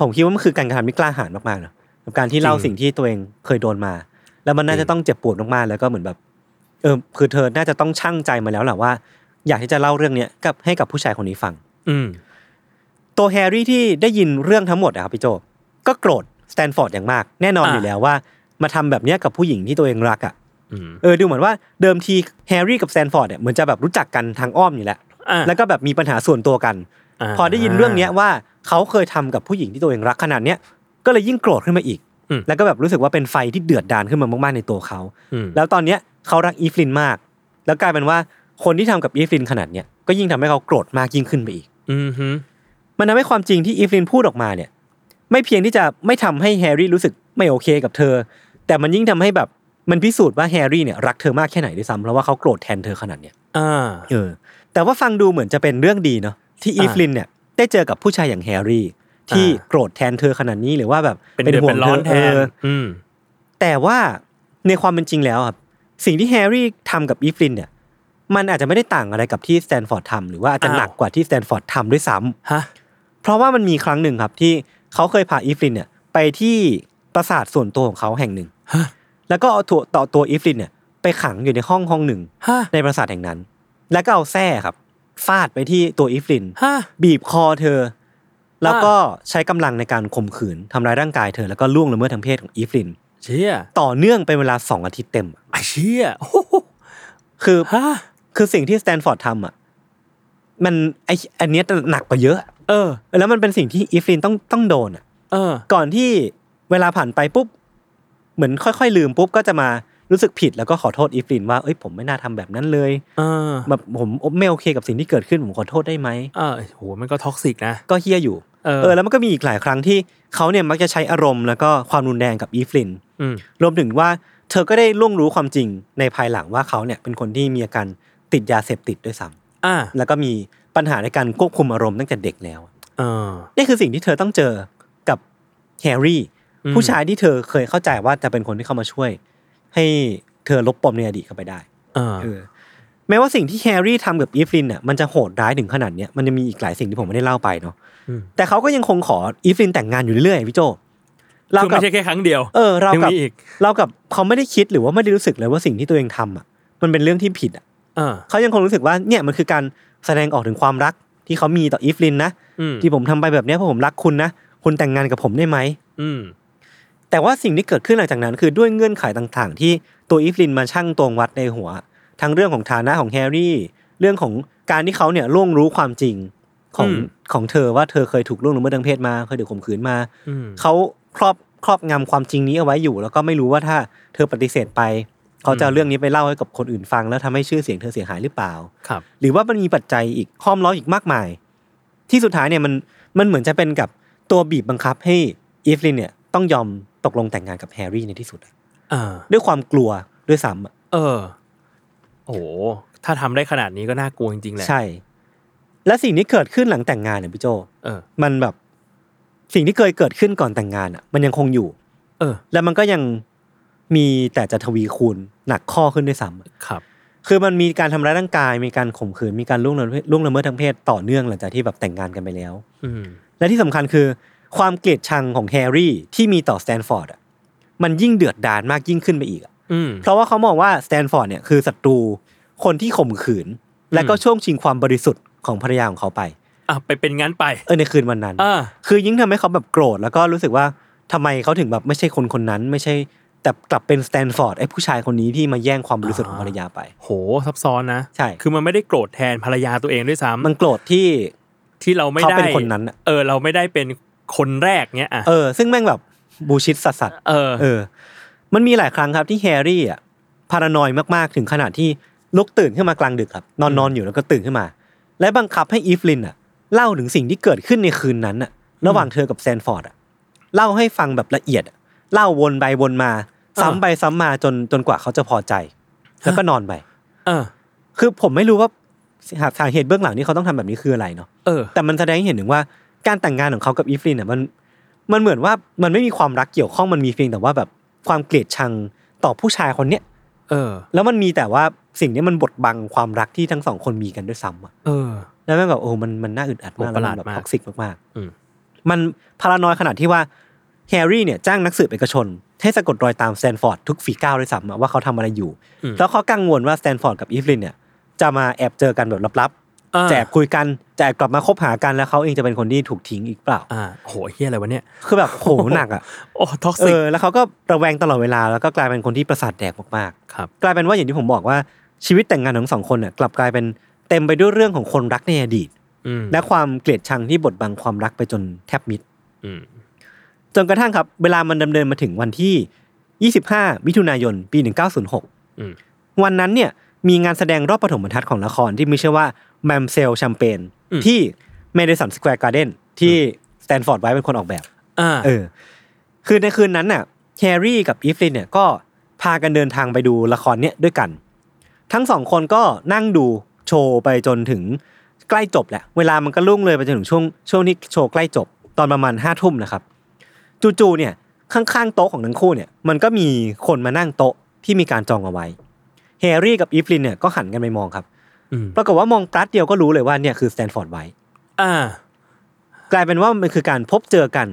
Speaker 2: ผมคิดว่ามันคือการกระทำที่กล้าหาญมากๆนะกับการที่เล่าสิ่งที่ตัวเองเคยโดนมา แล้วมันน่าจะต้องเจ็บปวดมากๆแล้วก็เหมือนแบบ เออคือเธอน่าจะต้องชั่งใจมาแล้วแหละว่า อยากที่จะเล่าเรื่องเนี้ยกับให้กับผู้ชายคนนี้ฟัง
Speaker 4: อืม
Speaker 2: ตัวแฮร์รี่ที่ได้ยินเรื่องทั้งหมดอะครับพี่โจก็โกรธสแตนฟอร์ดอย่างมาก แน่นอน
Speaker 4: อ่า
Speaker 2: อยู่แล้วว่ามาทำแบบเนี้ยกับผู้หญิงที่ตัวเองรักอะ
Speaker 4: อืม
Speaker 2: เออดูเหมือนว่าเดิมทีแฮร์รี่กับสแตนฟอร์ดเนี่ยเหมือนจะแบบรู้จักกันทางอ้อมอยู่แล้ว
Speaker 4: อ่า
Speaker 2: แล้วก็แบบมีปัญหาส่วนตัวกัน
Speaker 4: า
Speaker 2: พอได้ยินเรื่องเนี้ยว่าเขาเคยทำกับผู้หญิงที่ตัวเองรักขนาดเนี้ยก็เลยยิ่งโกรธขึ้นมาอีก
Speaker 4: อืม
Speaker 2: แล้วก็แบบรู้สึกว่าเป็นไฟที่เดือดดานขึ้นมามากๆในตัวเขา
Speaker 4: อืม
Speaker 2: แล้วตอนเนี้ยเขารักอีฟลินมาก แล้วกลายเป็นว่าคนที่ทำกับอีฟลินขนาดเนี้ยก็ยิ่งทำให้เขาโกรธมากยิ่งขึ้นไปอีก
Speaker 4: อืมฮึ
Speaker 2: มันทำให้ความจริงที่อีฟลินพูดออกมาเนี่ย ไม่เพียงที่จะไม่ทำให้แฮร์รี่รู้สึกไม่โอเคกับเธอ แต่มันยิ่งทำให้แบบมันพิสูจน์ว่าแฮร์รี่เนี่ยรักเธอมากแค่ไหนด้วยซ้ำเพราะว่าเขาโกรธแทนเธอขนาดเนี้ย
Speaker 4: อ่า
Speaker 2: เออแต่ว่าฟังดูเหมือนจะเป็นเรื่องดีเนาะที่อีฟลินเนี่ยได้เจอกับผู้ชายอย่างแฮร์รี่ ที่
Speaker 4: อ่า
Speaker 2: โกรธแทนเธอขนาดนี้หรือว่าแบบ
Speaker 4: เป็นเดือดเป็นร้อนแท
Speaker 2: เธ
Speaker 4: น
Speaker 2: อ
Speaker 4: อืม
Speaker 2: แต่ว่าในความเป็นจริงแล้วครับสิ่งที่แฮร์รี่ทำกับอีฟลินเนี่ยมันอาจจะไม่ได้ต่างอะไรกับที่สแตนฟอร์ดทำหรือว่าอาจจะ
Speaker 4: อ้าว
Speaker 2: หนักกว่าที่สแตนฟอร์ดทำด้วยซ้ำ
Speaker 4: ฮะ
Speaker 2: เพราะว่ามันมีครั้งหนึ่งครับที่เขาเคยพาอีฟลินเนี่ยไปที่ปราสาทส่วนตัวของเขาแห่งหนึ่ง
Speaker 4: ฮะ
Speaker 2: แล้วก็เอาตัวต่อตัวอีฟลินเนี่ยไปขังอยู่ในห้องห้องหนึ่ง
Speaker 4: ฮะ
Speaker 2: ในปราสาทแห่งนั้น แล้วก็เอาแส้ครับฟาดไปที่ตัวอีฟลิน
Speaker 4: ฮะ
Speaker 2: บีบคอเธอ แล้วก็ใช้กำลังในการข่มขืนทำร้ายร่างกายเธอแล้วก็ล่วงละเมิดทางเพศของอีฟลิน
Speaker 4: เชี่ย
Speaker 2: ต่อเนื่องเป็นเวลาสองอาทิตย์เต็ม
Speaker 4: ไอ้เชี่ยโอ้โห
Speaker 2: คือ
Speaker 4: ฮะ
Speaker 2: คือสิ่งที่สแตนฟอร์ดทำอ่ะมันไออันเนี้ยหนักกว่าเยอะ
Speaker 4: เออ
Speaker 2: แล้วมันเป็นสิ่งที่อีฟลินต้องต้องโดนอ่ะ
Speaker 4: เออ
Speaker 2: ก่อนที่เวลาผ่านไปปุ๊บ เหมือนค่อยๆ ลืมปุ๊บก็จะมารู้สึกผิดแล้วก็ขอโทษอีฟลินว่าเอ้ยผมไม่น่าทำแบบนั้นเลย
Speaker 4: เออ
Speaker 2: แบบผมไม่โอเคกับสิ่งที่เกิดขึ้นผมขอโทษได้ไหม
Speaker 4: เออโหมันก็ท็อกซิกนะ
Speaker 2: ก็เฮี้ยอยู่
Speaker 4: เออ
Speaker 2: เออแล้วมันก็มีอีกหลายครั้งที่เขาเนี่ยมักจะใช้อารมณ์แล้วก็ความรุนแรงกับอีฟลิน
Speaker 4: อืม
Speaker 2: รวมถึงว่าเธอก็ได้ล่วงรู้ความจริงในภายหลังว่าเขาเนี่ยเป็นคนที่มีอาการติดยาเสพติดด้วยซ้
Speaker 4: อ่า
Speaker 2: ำแล้วก็มีปัญหาในการควบคุมอารมณ์ตั้งแต่เด็กแล้ว
Speaker 4: เออ
Speaker 2: นี่คือสิ่งที่เธอต้องเจอกับแฮร์รี่
Speaker 4: อืม
Speaker 2: ผู้ชายที่เธอเคยเข้าใจว่าจะเป็นคนที่เข้ามาช่วย ให้เธอลบปมในอดีตเข้าไปได้
Speaker 4: เออ
Speaker 2: เออแม้ว่าสิ่งที่แฮร์รี่ทำกับอีฟลินน่ะมันจะโหดร้ายถึงขนาดเนี้ยมันจะมีอีกหลายสิ่งที่ผมไม่ได้เล่าไปเนาะ
Speaker 4: อืม
Speaker 2: แต่เขาก็ยังคงขออีฟลินแต่งงานอยู่เรื่อยๆพี่โจเรา
Speaker 4: คือ
Speaker 2: กั
Speaker 4: ไม่ใช่แค่ครั้งเดียว
Speaker 2: เออเรา
Speaker 4: ยัง
Speaker 2: กับ
Speaker 4: มีอีก
Speaker 2: เรากับเขาไม่ได้คิดหรือว่าไม่ได้รู้สึกเลยว่าสิ่งที่ตัวเองทำอ่ะมันเป็นเรื่องที่ผิดอ่ะ
Speaker 4: เออ
Speaker 2: เขายังคงรู้สึกว่าเนี่ยมันคือการแสดงออกถึงความรักที่เขามีต่ออีฟลินนะ
Speaker 4: อืม
Speaker 2: ที่ผมทำไปแบบเนี้ยเพราะผมรักคุณนะ คุณแต่งงานกับผมได้ไหม
Speaker 4: อืม
Speaker 2: แต่ว่าสิ่งที่เกิดขึ้นหลังจากนั้น คือด้วยเงื่อนไขต่างๆ ที่ตัวอีฟลินมาชั่งตวงวัดในหัว ทั้งเรื่องของฐานะของแฮร์รี่ เรื่องของการที่เขาเนี่ยล่วงรู้ความจริงของ
Speaker 4: อืม
Speaker 2: ของเธอว่าเธอเคยถูกล่วงละเมิดทางเพศมาเคยถูกข่มขืนมา
Speaker 4: อืม
Speaker 2: เขาครอบครอบงำความจริงนี้เอาไว้อยู่ แล้วก็ไม่รู้ว่าถ้าเธอปฏิเสธไป เขาจะเอาเรื่องนี้ไปเล่าให้กับคนอื่นฟัง แล้วทำให้ชื่อเสียงเธอเสียหายหรือเปล่า
Speaker 4: ครับ
Speaker 2: หรือว่ามันมีปัจจัยอีกห้อมล้อมอีกมากมาย ที่สุดท้ายเนี่ยมันมันเหมือนจะเป็นกับตัวบีบบังคับให้อีฟลินเนี่ยต้องยอมตกลงแต่งงานกับแฮร์รี่ในที่สุดอะ
Speaker 4: เออ
Speaker 2: ด้วยความกลัวด้วยซ้ำอะ
Speaker 4: เออ โอ้โห ถ้าทำได้ขนาดนี้ก็น่ากลัวจริงๆแหละ
Speaker 2: ใช่ และสิ่งที่เกิดขึ้นหลังแต่งงานเนี่ยพี่โจ
Speaker 4: เออ
Speaker 2: มันแบบสิ่งที่เคยเกิดขึ้นก่อนแต่งงานอ่ะ มันยังคงอยู่
Speaker 4: เออ
Speaker 2: แล้วมันก็ยังมีแต่จะทวีคูณหนักข้อขึ้นด้วยซ้ำอะ
Speaker 4: ครับ
Speaker 2: คือมันมีการทำร้ายร่างกาย มีการข่มขืน มีการล่วงละเมิดล่วงละเมิดทางเพศต่อเนื่องหลังจากที่แบบแต่งงานกันไปแล้ว
Speaker 4: อืม
Speaker 2: และที่สำคัญคือความเกลียดชังของแฮร์รี่ที่มีต่อสแตนฟอร์ดอะมันยิ่งเดือดดาลมากยิ่งขึ้นไปอีกอะ
Speaker 4: อืม
Speaker 2: เพราะว่าเขามองว่าสแตนฟอร์ดเนี่ยคือศัตรูคนที่ข่มขืน และก็ช่วงชิงความบริสุทธิ์ของภรรยาของเขาไป
Speaker 4: อ่ะไปเป็นงั้นไป
Speaker 2: เออในคืนวันนั้น
Speaker 4: อ่า
Speaker 2: คือยิ่งทำให้เขาแบบโกรธแล้วก็รู้สึกว่าทำไมเขาถึงแบบไม่ใช่คนคนนั้น ไม่ใช่แต่กลับเป็นสแตนฟอร์ดไอ้ผู้ชายคนนี้ที่มาแย่งความบริสุทธิ์ของภรรยาไป
Speaker 4: โหซับซ้อนนะ
Speaker 2: ใช่
Speaker 4: คือมันไม่ได้โกรธแทนภรรยาตัวเองด้วยซ้ำ
Speaker 2: มันโกรธที่
Speaker 4: ที่เราไม่ได้
Speaker 2: เขาเป็นคนนั้นอะ
Speaker 4: เออ เราไม่ได้เป็นคนแรกเนี้ยอ่ะ
Speaker 2: เออ ซึ่งแม่งแบบบูชิดสัสสัส
Speaker 4: เออ
Speaker 2: ๆเออ มันมีหลายครั้งครับที่แฮร์รี่อ่ะพารานอยมากๆถึงขนาดที่ลุกตื่นขึ้นมากลางดึกครับ นอนนอนอยู่แล้วก็ตื่นขึ้นมา และบังคับให้อีฟลินอ่ะเล่าถึงสิ่งที่เกิดขึ้นในคืนนั้นอ่ะ ระหว่างเธอกับแซนฟอร์ดอ่ะเล่าให้ฟังแบบละเอียดอะเล่าวนไปวนมา ซ้ำไปซ้ำมาจนจนกว่าเขาจะพอใจ แล้วก็นอนไป
Speaker 4: เออ
Speaker 2: คือผมไม่รู้ว่าหาสาเหตุเบื้องหลังที่เขาต้องทำแบบนี้คืออะไรเนาะ
Speaker 4: เออ
Speaker 2: แต่มันแสดงให้เห็นถึงว่าการแต่งงานของเขากับอีฟลินเนี่ยมันมันเหมือนว่ามันไม่มีความรักเกี่ยวข้องมันมีเพียงแต่ว่าแบบความเกลียดชังต่อผู้ชายคนเนี้ย
Speaker 4: เออ
Speaker 2: แล้วมันมีแต่ว่าสิ่งเนี้ยมันบดบังความรักที่ทั้งสองคนมีกันด้วยซ้ำอะ
Speaker 4: เออ
Speaker 2: แล้วแม่งแบบโอ้โหมันมันน่าอึดอัดมาก
Speaker 4: โอ้
Speaker 2: แล้วมัน
Speaker 4: ประหลาด
Speaker 2: แบบ
Speaker 4: มาก
Speaker 2: ท็อกซิกมาก
Speaker 4: อืม
Speaker 2: ๆมันพารานอยขนาดที่ว่าแฮร์รี่เนี่ยจ้างนักสืบเอกชน ให้สะกดรอยตามสแตนฟอร์ดทุกฝีก้าวด้วยซ้ำอะว่าเขาทำอะไรอยู่ แล้วเขากังวลว่าสแตนฟอร์ดกับอีฟลินเนี่ยจะมาแอบเจอกันแบบลับๆ
Speaker 4: อ่า
Speaker 2: แจกคุยกันแจกกลับมาคบหากันแล้วเขาเองจะเป็นคนที่ถูกทิ้งอีกเปล่า
Speaker 4: อ่าโหเฮียอะไรวะเนี่ย
Speaker 2: คือแบบโหหนักอ่ะ
Speaker 4: โอ้ท็อก
Speaker 2: เอ
Speaker 4: ซิก
Speaker 2: อแล้วเขาก็ระแวงตลอดเวลาแล้วก็กลายเป็นคนที่ประสาทแดกมาก
Speaker 4: ครับ
Speaker 2: ๆกลายเป็นว่าอย่างที่ผมบอกว่าชีวิตแต่งงานของสองคนเนี่ยกลับกลายเป็นเต็มไปด้วยเรื่องของคนรักในอดีต
Speaker 4: อืม
Speaker 2: และความเกลียดชังที่บดบังความรักไปจนแทบมิด
Speaker 4: อืม
Speaker 2: จนกระทั่งครับ เวลามันดำเนินมาถึงวันที่ 25 มิถุนายน ปี 1906
Speaker 4: อืม
Speaker 2: วันนั้นเนี่ยมีงานแสดงรอบปฐมบรรทัดของละครที่มีชื่อว่าแมมเซลแชมเปญที่เมดิสันสแควร์การ์เดนที่สแตนฟอร์ดไว้เป็นคนออกแบบ
Speaker 4: อ่า
Speaker 2: เออ คือในคืนนั้นน่ะแฮร์รี่กับอีฟลินเนี่ยก็พากันเดินทางไปดูละครเนี่ยด้วยกัน ทั้งสองคนก็นั่งดูโชว์ไปจนถึงใกล้จบแหละ เวลามันก็ล่วงเลยไปจนถึงช่วงช่วงที่โชว์ใกล้จบตอนประมาณห้าทุ่มนะครับ จู่ๆเนี่ยข้างๆโต๊ะของทั้งคู่เนี่ยมันก็มีคนมานั่งโต๊ะที่มีการจองเอาไว้แฮร์รี่กับอีฟลินเนี่ยก็หันกันไปมองครับ
Speaker 4: อืม
Speaker 2: ปรากฏว่ามองปลัดเดียวก็รู้เลยว่าเนี่ยคือสแตนฟอร์ดไว้
Speaker 4: อ่าก
Speaker 2: ลายเป็นว่ามันคือการพบเจอกัน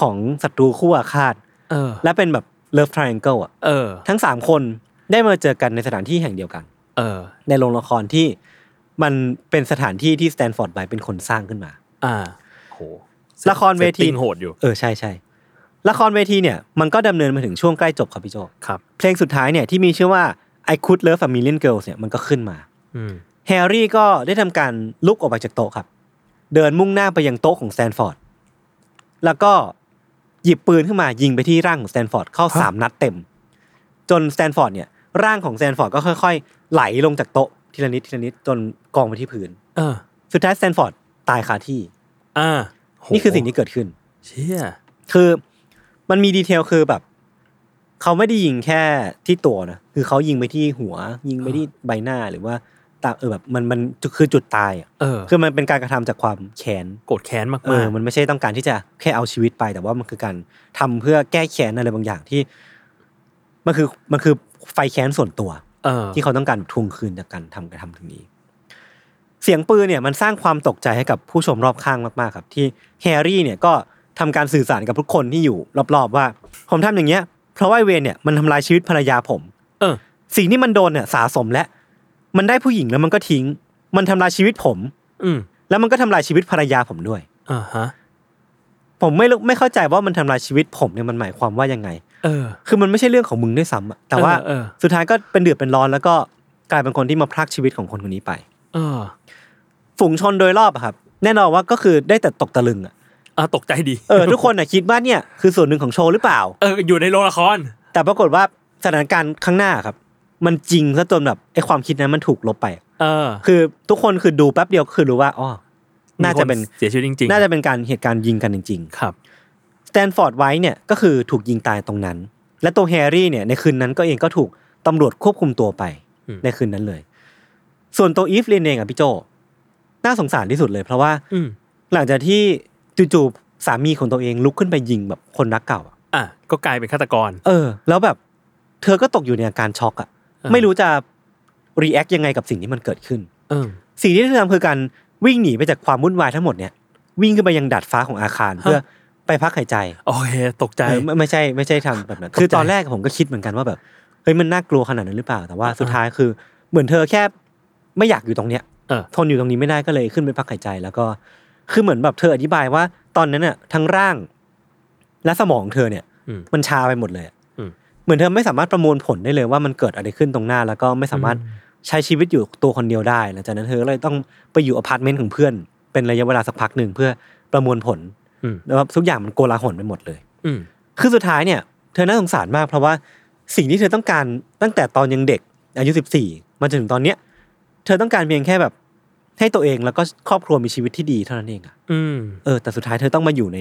Speaker 2: ของศัตรูคู่อาฆาต
Speaker 4: เออ
Speaker 2: และเป็นแบบเลิฟทริแองเกิลอ่ะ
Speaker 4: เออ
Speaker 2: ทั้งสามคนได้มาเจอกันในสถานที่แห่งเดียวกัน
Speaker 4: เออ
Speaker 2: ในโรงละครที่มันเป็นสถานที่ที่สแตนฟอร์ดไบเป็นคนสร้างขึ้นมา
Speaker 4: อ่าโห
Speaker 2: ละครเวที
Speaker 4: ซตติ้งโหดอยู่
Speaker 2: เออใช่ใช่ละครเวทีเนี่ยมันก็ดำเนินมาถึงช่วงใกล้จบครับพี่โจ
Speaker 4: ครับ
Speaker 2: เพลงสุดท้ายเนี่ยที่มีชื่อว่า I Could Love a Million Girls เนี่ยมันก็ขึ้นมา
Speaker 4: อืม
Speaker 2: แฮร์รี่ก็ได้ทำการลุกออกไปจากโต๊ะครับ เดินมุ่งหน้าไปยังโต๊ะของสแตนฟอร์ด แล้วก็หยิบปืนขึ้นมายิงไปที่ร่างของสแตนฟอร์ดเข้าสามนัดเต็ม จนสแตนฟอร์ดเนี่ยร่างของสแตนฟอร์ดก็ค่อย ๆ ไหลลงจากโต๊ะทีละนิดทีละนิดจนกองไปที่พื้น
Speaker 4: เออ
Speaker 2: สุดท้ายสแตนฟอร์ดตายคาที่
Speaker 4: อ่าโห
Speaker 2: นี่คือสิ่งที่เกิดขึ้น
Speaker 4: เชี่ย
Speaker 2: คือมันมีดีเทลคือแบบ เขาไม่ได้ยิงแค่ที่ตัวนะคือเขายิงไปที่หัว ยิงไปที่ใบหน้าหรือว่าตาเออแบบมันมันคือจุดตายอะ
Speaker 4: เออ
Speaker 2: คือมันเป็นการกระทำจากความแค้น
Speaker 4: โกรธแค้นมาก
Speaker 2: เออมันไม่ใช่ต้องการที่จะแค่เอาชีวิตไป แต่ว่ามันคือการทำเพื่อแก้แค้นอะไรบางอย่างที่ มันคือมันคือไฟแค้นส่วนตัว
Speaker 4: ๆเออ
Speaker 2: ที่เขาต้องการทวงคืนจากการทำกระทำถึงนี้ เสียงปืนเนี่ยมันสร้างความตกใจให้กับผู้ชมรอบข้างมากๆ ครับ ที่แฮร์รี่เนี่ยก็ทำการสื่อสารกับทุกคนที่อยู่รอบๆว่า ผมทำอย่างเงี้ย เพราะว่าไอ้เวนเนี่ยมันทำลายชีวิตภรรยาผม
Speaker 4: เออ
Speaker 2: สิ่งที่มันโดนเนี่ยสะสมและ มันได้ผู้หญิงแล้วมันก็ทิ้ง มันทำลายชีวิตผม
Speaker 4: อืม
Speaker 2: แล้วมันก็ทำลายชีวิตภรรยาผมด้วย
Speaker 4: อ่าฮะ
Speaker 2: ผมไม่รู้ไม่เข้าใจว่ามันทำลายชีวิตผมเนี่ยมันหมายความว่ายังไง
Speaker 4: เออ
Speaker 2: คือมันไม่ใช่เรื่องของมึงด้วยซ้ำอะแต่ว่า
Speaker 4: เออเออ
Speaker 2: สุดท้ายก็เป็นเดือดเป็นร้อนแล้วก็กลายเป็นคนที่มาพรากชีวิตของคนคนนี้ไป
Speaker 4: เออ
Speaker 2: ฝูงชนโดยรอบอะครับ แน่นอนว่าก็คือได้แต่ตกตะลึงอะ
Speaker 4: อ่ะตกใจดี [LAUGHS]
Speaker 2: เออทุกคนอะคิดว่าเนี่ยคือส่วนหนึ่งของโชว์หรือเปล่า
Speaker 4: เอออยู่ในโรงละคร
Speaker 2: แต่ปรากฏว่าสถานการณ์ข้างหน้าครับ มันจริงซะจนแบบไอ้ความคิดนั้นมันถูกลบไป
Speaker 4: เออ
Speaker 2: คือทุกคนคือดูแป๊บเดียวคือรู้ว่าอ๋อน่าจะเป็น
Speaker 4: มีคเสียชีวิตจริงๆ
Speaker 2: น่าจะเป็นการเหตุการณ์ยิงกันจริง ๆ
Speaker 4: ครับ
Speaker 2: สแตนฟอร์ดไว้เนี่ยก็คือถูกยิงตายตรงนั้น และตัวแฮร์รี่เนี่ยในคืนนั้นก็เองก็ถูกตำรวจควบคุมตัวไป
Speaker 4: อืม
Speaker 2: ในคืนนั้นเลย ส่วนตัวอีฟลินเองอะพี่โจน่าสงสารที่สุดเลย เพราะว่า
Speaker 4: อืม
Speaker 2: หลังจากที่จู่ๆสามีของตัวเองลุกขึ้นไปยิงแบบคนรักเก่าอะ
Speaker 4: อ่ะก็กลายเป็นฆาตกร
Speaker 2: เออ แล้วแบบ เธอก็ตกอยู่ในอาการช็อกอะ
Speaker 4: อ่า
Speaker 2: ไม่รู้จะ รีแอคยังไงกับสิ่งที่มันเกิดขึ้น
Speaker 4: เออ
Speaker 2: สิ่งที่เธอทำคือการวิ่งหนีไปจากความวุ่นวายทั้งหมดเนี่ย วิ่งขึ้นไปยังดาดฟ้าของอาคาร
Speaker 4: ฮะ
Speaker 2: เพื่อไปพักหายใจ
Speaker 4: โอเคตกใจ
Speaker 2: เออไม่ไม่ใช่ไม่ใช่ทำแบบนั้น
Speaker 4: ตกใจ
Speaker 2: คือตอนแรกผมก็คิดเหมือนกันว่าแบบเฮ้ยมันน่ากลัวขนาดนั้นหรือเปล่า แต่ว่าสุดท้ายคือเหมือนเธอแค่ไม่อยากอยู่ตรงเนี้ย
Speaker 4: เออ
Speaker 2: ทนอยู่ตรงนี้ไม่ได้ก็เลยขึ้นไปพักหายใจแล้วก็ คือเหมือนแบบเธออธิบายว่าตอนนั้นน่ะทั้งร่าง และสมองเธอเนี่ย
Speaker 4: อืม
Speaker 2: มันชาไปหมดเลยอะ
Speaker 4: อืม
Speaker 2: เหมือนเธอไม่สามารถประมวลผลได้เลยว่ามันเกิดอะไรขึ้นตรงหน้า แล้วก็ไม่สามารถใช้ชีวิตอยู่ตัวคนเดียวได้หลังจากนั้นเธอก็เลยต้องไปอยู่อพาร์ตเมนต์ของเพื่อน เป็นระยะเวลาสักพักหนึ่งเพื่อประมวลผล
Speaker 4: อืม
Speaker 2: แล้วทุกอย่างมันโกลาหลไปหมดเลย
Speaker 4: อืม
Speaker 2: คือสุดท้ายเนี่ยเธอน่าสงสารมากเพราะว่าสิ่งที่เธอต้องการตั้งแต่ตอนยังเด็กอายุสิบสี่มาจนถึงตอนเนี้ยเธอต้องการเพียงแค่แบบ ให้ตัวเองแล้วก็ครอบครัวมีชีวิตที่ดีเท่านั้นเองอะ
Speaker 4: อืม
Speaker 2: เออแต่สุดท้ายเธอต้องมาอยู่ใน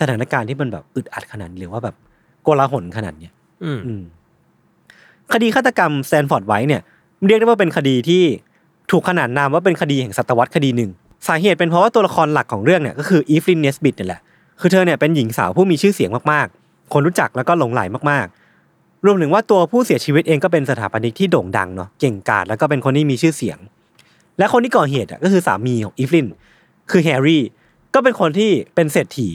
Speaker 2: สถานการณ์ที่มันแบบอึดอัดขนาดนี้หรือว่าแบบโกลาหลขนาดเนี้ย
Speaker 4: อืม
Speaker 2: อืมคดีฆาตกรรมแซนฟอร์ดไว้เนี่ย เรียกได้ว่าเป็นคดีที่ถูกขนานนามว่าเป็นคดีแห่งศตวรรษคดีหนึ่งสาเหตุเป็นเพราะว่าตัวละครหลักของเรื่องเนี่ยก็คืออีฟลินเนสบิดเนี่ยแหละ คือเธอเนี่ยเป็นหญิงสาวผู้มีชื่อเสียงมากๆ คนรู้จักแล้วก็หลงใหลมากๆ รวมถึงว่าตัวผู้เสียชีวิตเองก็เป็นสถาปนิกที่โด่งดังเนาะ เก่งกาจแล้วก็เป็นคนที่มีชื่อเสียง และคนที่ก่อเหตุอะก็คือสามีของอีฟลิน คือแฮร์รี่ ก็เป็นคนที่เป็นเศรษฐี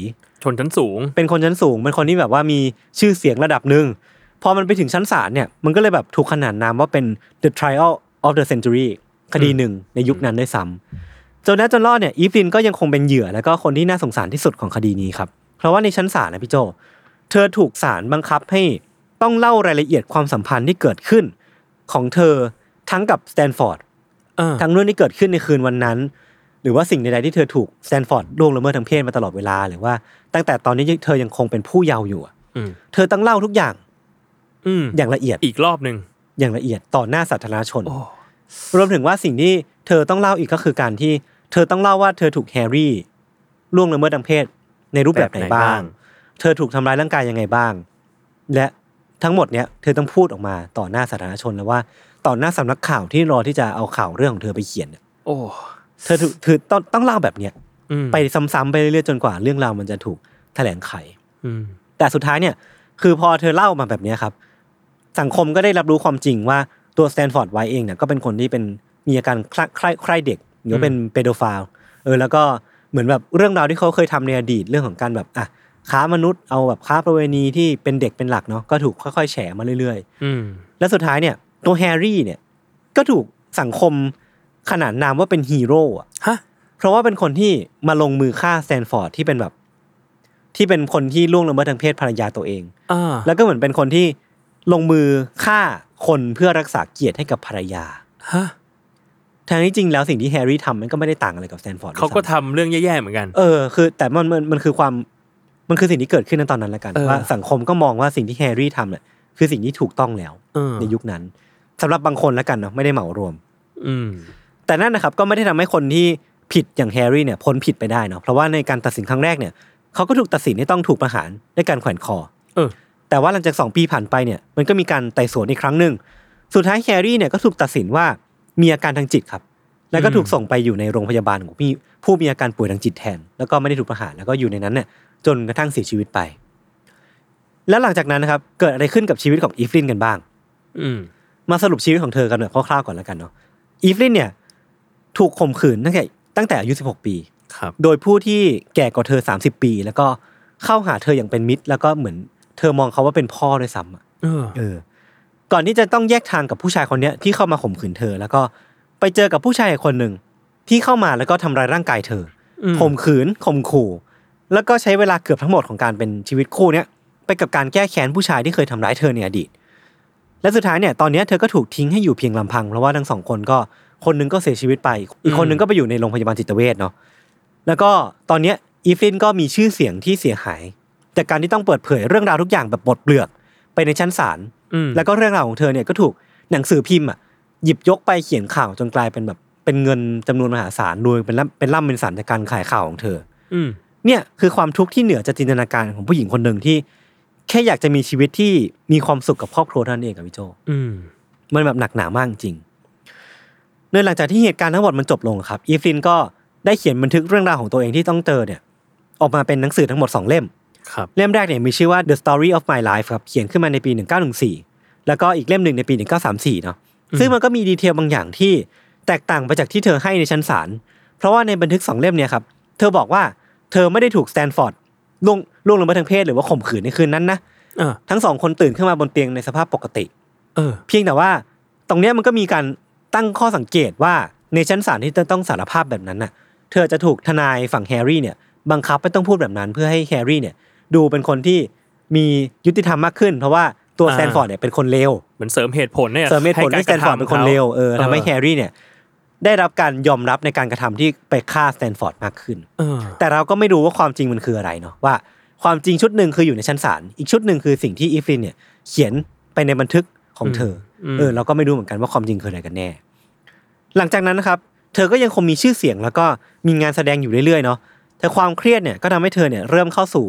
Speaker 4: ชนชั้นสูง
Speaker 2: เป็นคนชั้นสูง เป็นคนที่แบบว่ามีชื่อเสียงระดับหนึ่ง พอมันไปถึงชั้นศาลเนี่ย มันก็เลยแบบถูกขนานนามว่าเป็น the trial of the century คดีหนึ่งในยุคนั้นด้วยซ้ำจนแล้วจนรอดเนี่ยอีฟลินก็ยังคงเป็นเหยื่อ แล้วก็คนที่น่าสงสารที่สุดของคดีนี้ครับ เพราะว่าในชั้นศาลนะพี่โจ เธอถูกศาลบังคับให้ต้องเล่ารายละเอียดความสัมพันธ์ที่เกิดขึ้น ของเธอทั้งกับสแตนฟอร์ด
Speaker 4: เออ
Speaker 2: ทั้งเรื่องที่เกิดขึ้นในคืนวันนั้น หรือว่าสิ่งใดๆที่เธอถูกแซนฟอร์ดล่วงละเมิดทางเพศมาตลอดเวลา หรือว่าตั้งแต่ตอนนี้เธอยังคงเป็นผู้เยาว์อยู่อะ
Speaker 4: อืม
Speaker 2: เธอต้องเล่าทุกอย่าง
Speaker 4: อืม
Speaker 2: อย่างละเอียด
Speaker 4: อีกรอบหนึ่ง
Speaker 2: อย่างละเอียดต่อหน้าสาธารณชน
Speaker 4: โอ้
Speaker 2: รวมถึงว่าสิ่งที่เธอต้องเล่าอีกก็คือการที่เธอต้องเล่าว่าเธอถูกแฮร์รี่ล่วงละเมิดทางเพศในรูปแบบไหนบ้าง เธอถูกทำร้ายร่างกายยังไงบ้าง และทั้งหมดเนี้ยเธอต้องพูดออกมาต่อหน้าสาธารณชนแล้วว่าต่อหน้าสำนักข่าวที่รอที่จะเอาข่าวเรื่องของเธอไปเขียนเนี่ย
Speaker 4: โอ้
Speaker 2: เธอถูกเธอต้องต้องเล่าแบบเนี้ย
Speaker 4: อืม
Speaker 2: ไปซ้ำๆไปเรื่อยๆจนกว่าเรื่องราวมันจะถูกแถลงไข
Speaker 4: อืม
Speaker 2: แต่สุดท้ายเนี่ยคือพอเธอเล่ามาแบบเนี้ยครับ สังคมก็ได้รับรู้ความจริงว่าตัวสแตนฟอร์ดไวเองเนี่ยก็เป็นคนที่เป็นมีอาการคล้ายคล้ายคล้ายเด็กหรือว่าเป็นเปโดฟาลเออแล้วก็เหมือนแบบเรื่องราวที่เขาเคยทำในอดีตเรื่องของการแบบอ่ะค้ามนุษย์เอาแบบค้าประเวณีที่เป็นเด็กเป็นหลักเนาะก็ถูกค่อยๆแฉมาเรื่อยๆ
Speaker 4: อืม
Speaker 2: และสุดท้ายเนี่ยตัวแฮร์รี่เนี่ยก็ถูกสังคมขนานนามว่าเป็นฮีโร่อะ
Speaker 4: ฮะ
Speaker 2: เพราะว่าเป็นคนที่มาลงมือฆ่าแซนฟอร์ดที่เป็นแบบ ที่เป็นคนที่ล่วงละเมิดทางเพศภรรยาตัวเอง
Speaker 4: อ่า
Speaker 2: แล้วก็เหมือนเป็นคนที่ลงมือฆ่าคนเพื่อรักษาเกียรติให้กับภรรยา
Speaker 4: ฮะ
Speaker 2: ทางที่จริงแล้วสิ่งที่แฮร์รี่ทำมันก็ไม่ได้ต่างอะไรกับแซนฟอร์ดด้วย
Speaker 4: เขาก็
Speaker 2: ซ้ำ
Speaker 4: ทำเรื่องแย่ๆเหมือนกัน
Speaker 2: เออคือแต่มันมันมันคือความมันคือสิ่งที่เกิดขึ้นในตอนนั้นละกัน
Speaker 4: เออ
Speaker 2: ว่าสังคมก็มองว่าสิ่งที่แฮร์รี่ทำเนี่ยคือสิ่งที่ถูกต้องแล้ว
Speaker 4: เออ
Speaker 2: ในยุคนั้นสำหรับบางคนละกันเนาะไม่ได้เหมารวม
Speaker 4: อืม
Speaker 2: แต่นั่นนะครับก็ไม่ได้ทำให้คนที่ผิดอย่างแฮร์รี่เนี่ยพ้นผิดไปได้เนาะเพราะว่าในการตัดสินครั้งแรกเนี่ยเขาก็ถูกตัดสินให้ต้องถูกประหารด้วยการแขวนคอ
Speaker 4: เออ
Speaker 2: แต่ว่าหลังจากสองปีผ่านไปเนี่ยมันก็มีการไต่สวนอีกครั้งหนึ่งสุดท้ายแฮร์รี่เนี่ยก็ถูกตัดสินว่ามีอาการทางจิตครับ แล้วก็ถูกส่งไปอยู่ในโรงพยาบาลของพี่ผู้มีอาการป่วยทางจิตแทน แล้วก็ไม่ได้ถูกประหารแล้วก็อยู่ในนั้นเนี่ยจนกระทั่งเสียชีวิตไป แล้วหลังจากนั้นนะครับเกิดอะไรขึ้นกับชีวิตของอีฟลินกันบ้าง
Speaker 4: อืม
Speaker 2: มาสรุปชีวิตของเธอกันหน่อยคร่าวๆก่อนแล้วกันเนาะอีฟลินเนี่ยถูกข่มขืนตั้งแต่ตั้งแต่อายุ 16 ปี
Speaker 4: ครับ
Speaker 2: โดยผู้ที่แก่กว่าเธอ 30 ปี แล้วก็เข้าหาเธออย่างเป็นมิตร แล้วก็เหมือนเธอมองเขาว่าเป็นพ่อด้วยซ้ำอะ
Speaker 4: เออ
Speaker 2: เออ ก่อนที่จะต้องแยกทางกับผู้ชายคนเนี้ยที่เข้ามาข่มขืนเธอ แล้วก็ไปเจอกับผู้ชายอีกคนหนึ่งที่เข้ามาแล้วก็ทำร้ายร่างกายเธออ
Speaker 4: ม
Speaker 2: ข่มขืนข่มขู่ แล้วก็ใช้เวลาเกือบทั้งหมดของการเป็นชีวิตคู่เนี้ยไปกับการแก้แค้นผู้ชายที่เคยทำร้ายเธอในอดีต และสุดท้ายเนี่ยตอนเนี้ยเธอก็ถูกทิ้งให้อยู่เพียงลำพัง เพราะว่าทั้งสองคนก็คนหนึงก็เสียชีวิตไป อีกคนหนึงก็ไปอยู่ในโรงพยาบาลจิตเวชเนาะแล้วก็ตอนเนี้ยอีฟลินก็มีชื่อเสียงที่เสียหาย จากการที่ต้องเปิดเผยเรื่องราวทุกอย่างแบบบดเปลือกไปในชั้นศาล
Speaker 4: อืม
Speaker 2: แล้วก็เรื่องราวของเธอเนี่ยก็ถูกหนังสือพิมพ์อ่ะหยิบยกไปเขียนข่าวจนกลายเป็นแบบเป็นเงินจำนวนมหาศาลรวยเป็นล่ำเป็นล่ำเป็นสันจากการขายข่าวของเธอ
Speaker 4: อืม
Speaker 2: เนี่ยคือความทุกข์ที่เหนือจะจินตนาการของผู้หญิงคนหนึ่งที่ แค่อยากจะมีชีวิตที่มีความสุขกับครอบครัวเท่านั้นเองกับพี่โจ
Speaker 4: อืม
Speaker 2: มันแบบหนักหนามากจริงโดยหลังจากที่เหตุการณ์ทั้งหมดมันจบลงครับ อีฟลินก็ได้เขียนบันทึกเรื่องราวของตัวเองที่ต้องเจอเนี่ย ออกมาเป็นหนังสือทั้งหมดสองเล่ม
Speaker 4: ครับ
Speaker 2: เล่มแรกเนี่ยมีชื่อว่า The Story of My Life ครับเขียนขึ้นมาในปี 1914 แล้วก็อีกเล่มหนึ่งในปี 1934 เนาะ
Speaker 4: อืม
Speaker 2: ซึ่งมันก็มีดีเทลบางอย่างที่แตกต่างไปจากที่เธอให้ในชั้นศาลเพราะว่าในบันทึกสองเล่มเนี่ยครับเธอบอกว่าเธอไม่ได้ถูกสแตนฟอร์ดล่วงล่วงละเมิดทางเพศหรือว่าข่มขืนในคืนนั้นนะ
Speaker 4: เออ
Speaker 2: ทั้งสองคนตื่นขึ้นมาบนเตียงในสภาพปกติ
Speaker 4: เออ
Speaker 2: เพียงแต่ว่าตรงเนี้ยมันก็มีการตั้งข้อสังเกตว่าในชั้นศาลที่จะต้องสารภาพแบบนั้นน่ะ เธอจะถูกทนายฝั่งแฮร์รี่เนี่ย บังคับให้ต้องพูดแบบนั้น เพื่อให้แฮร์รี่เนี่ย ดูเป็นคนที่มียุติธรรมมากขึ้น เพราะว่าตัว
Speaker 4: อ่า
Speaker 2: แซนฟอร์ดเนี่ยเป็นคนเลว
Speaker 4: เหมือนเสริมเหตุผลเนี่ย
Speaker 2: เซอร์เมธผล
Speaker 4: ให้
Speaker 2: ที่แซ
Speaker 4: กะ
Speaker 2: น
Speaker 4: ทำ
Speaker 2: ฟอร์ดเป็นคน
Speaker 4: ขา
Speaker 2: เลวเออทำให้
Speaker 4: เออ
Speaker 2: แฮร์รี่เนี่ย ได้รับการยอมรับในการกระทำที่ไปฆ่าแซนฟอร์ดมากขึ้น
Speaker 4: เออ
Speaker 2: แต่เราก็ไม่รู้ว่าความจริงมันคืออะไรเนาะว่าความจริงชุดหนึ่งคืออยู่ในชั้นศาลอีกชุดหนึ่งคือสิ่งที่อีฟลินเนี่ย เขียนไปในบันทึกของเธออ
Speaker 4: ม
Speaker 2: เออเราก็ไม่รู้เหมือนกันว่าความจริงคืออะไรกันแน่ หลังจากนั้นนะครับ เธอก็ยังคงมีชื่อเสียงแล้วก็มีงานแสดงอยู่เรื่อยๆเนาะแต่ความเครียดเนี่ยก็ทำให้เธอเนี่ยเริ่มเข้าสู่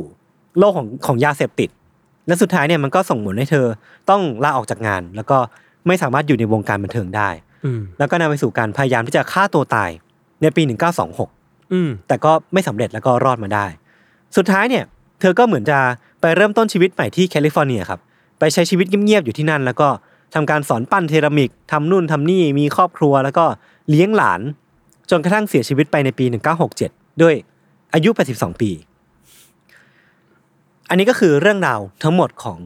Speaker 2: โลกของของยาเสพติด และสุดท้ายเนี่ยมันก็ส่งผลให้เธอต้องลาออกจากงาน แล้วก็ไม่สามารถอยู่ในวงการบันเทิงได้
Speaker 4: อืม
Speaker 2: แล้วก็นำไปสู่การพยายามที่จะฆ่าตัวตายในปี 1926
Speaker 4: อืม
Speaker 2: แต่ก็ไม่สำเร็จแล้วก็รอดมาได้ สุดท้ายเนี่ย เธอก็เหมือนจะไปเริ่มต้นชีวิตใหม่ที่แคลิฟอร์เนียครับ ไปใช้ชีวิตเงียบๆอยู่ที่นั่น แล้วก็ทำการสอนปั้นเทรามิกทำนู่นทำนี่มีครอบครัวแล้วก็เลี้ยงหลาน จนกระทั่งเสียชีวิตไปในปี 1967 ด้วยอายุ 82 ปี อันนี้ก็คือเรื่องราวทั้งหมดของ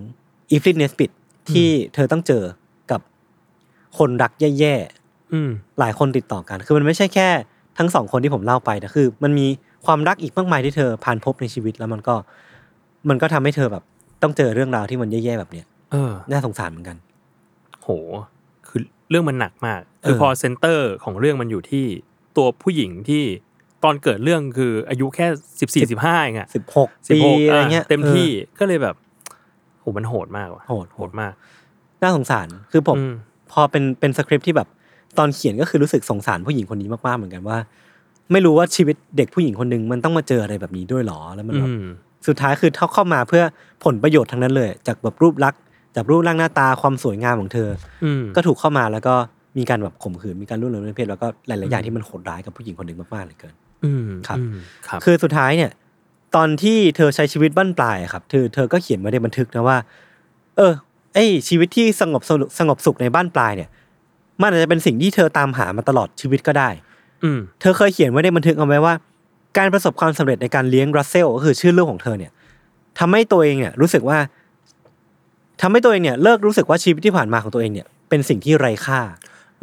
Speaker 2: อีฟลินเนสปิดที่เธอต้องเจอกับคนรักแย่ๆ
Speaker 4: อืม
Speaker 2: หลายคนติดต่อกัน คือมันไม่ใช่แค่ทั้งสองคนที่ผมเล่าไปนะ คือ มันมีความรักอีกมากมายที่เธอผ่านพบในชีวิตแล้วมันก็ มันก็ทำให้เธอแบบ ต้องเจอเรื่องราวที่มันแย่ๆแบบเนี้ย
Speaker 4: เออ
Speaker 2: น่าสงสารเหมือนกัน
Speaker 4: โห คือเรื่องมันหนักมาก คือ
Speaker 2: เออ
Speaker 4: พอเซนเตอร์ของเรื่องมันอยู่ที่ตัวผู้หญิงที่ตอนเกิดเรื่องคืออายุแค่สิบสี่สิบห้าเองอะ
Speaker 2: สิบหก
Speaker 4: สิบ
Speaker 2: ปี
Speaker 4: หก
Speaker 2: อะไรเงี้ย
Speaker 4: เต็มที่
Speaker 2: ออ
Speaker 4: ก็เลยแบบโหมันโหดมากว่ะ
Speaker 2: โหด
Speaker 4: โหดมาก
Speaker 2: น่าสงสาร คือผม
Speaker 4: อืม
Speaker 2: พอเป็นเป็นสคริปต์ที่แบบ ตอนเขียนก็คือรู้สึกสงสารผู้หญิงคนนี้มากๆเหมือนกันว่า ไม่รู้ว่าชีวิตเด็กผู้หญิงคนหนึ่งมันต้องมาเจออะไรแบบนี้ด้วยหรอแล้วมันแบบ
Speaker 4: อืม
Speaker 2: สุดท้ายคือเขาเข้ามาเพื่อผลประโยชน์ทั้งนั้นเลย จากแบบรูปลักษณ์จากรูปร่างหน้าตาความสวยงามของเธออ
Speaker 4: ม
Speaker 2: ก็ถูกเข้ามาแล้วก็มีการแบบข่มขืนมีการล่วงละเมิดเพศแล้วก็หลาย ๆ อย่างที่มันโหดร้ายกับผู้หญิงคนหนึ่งมาก ๆ เหลยเกิน
Speaker 4: อืม
Speaker 2: ครับ
Speaker 4: อืมครับ
Speaker 2: คือสุดท้ายเนี่ย ตอนที่เธอใช้ชีวิตบั้นปลายอะครับเธอเธอก็เขียนไว้ในบันทึกนะว่า เออไอยชีวิตที่สงบสุขสงบสุขในบ้านปลายเนี่ย มันอาจจะเป็นสิ่งที่เธอตามหามาตลอดชีวิตก็ได้
Speaker 4: อืม
Speaker 2: เธอเคยเขียนไว้ในบันทึกเอาไว้ว่า การประสบความสำเร็จในการเลี้ยงรัสเซลก็คือชื่อเรื่องของเธอเนี่ยทำให้ตัวเองเนี่ยรู้สึกว่าทำให้ตัวเองเนี่ยเลิกรู้สึกว่าชีวิตที่ผ่านมาของตัวเองเนี่ยเป็นสิ่งที่ไร้ค่า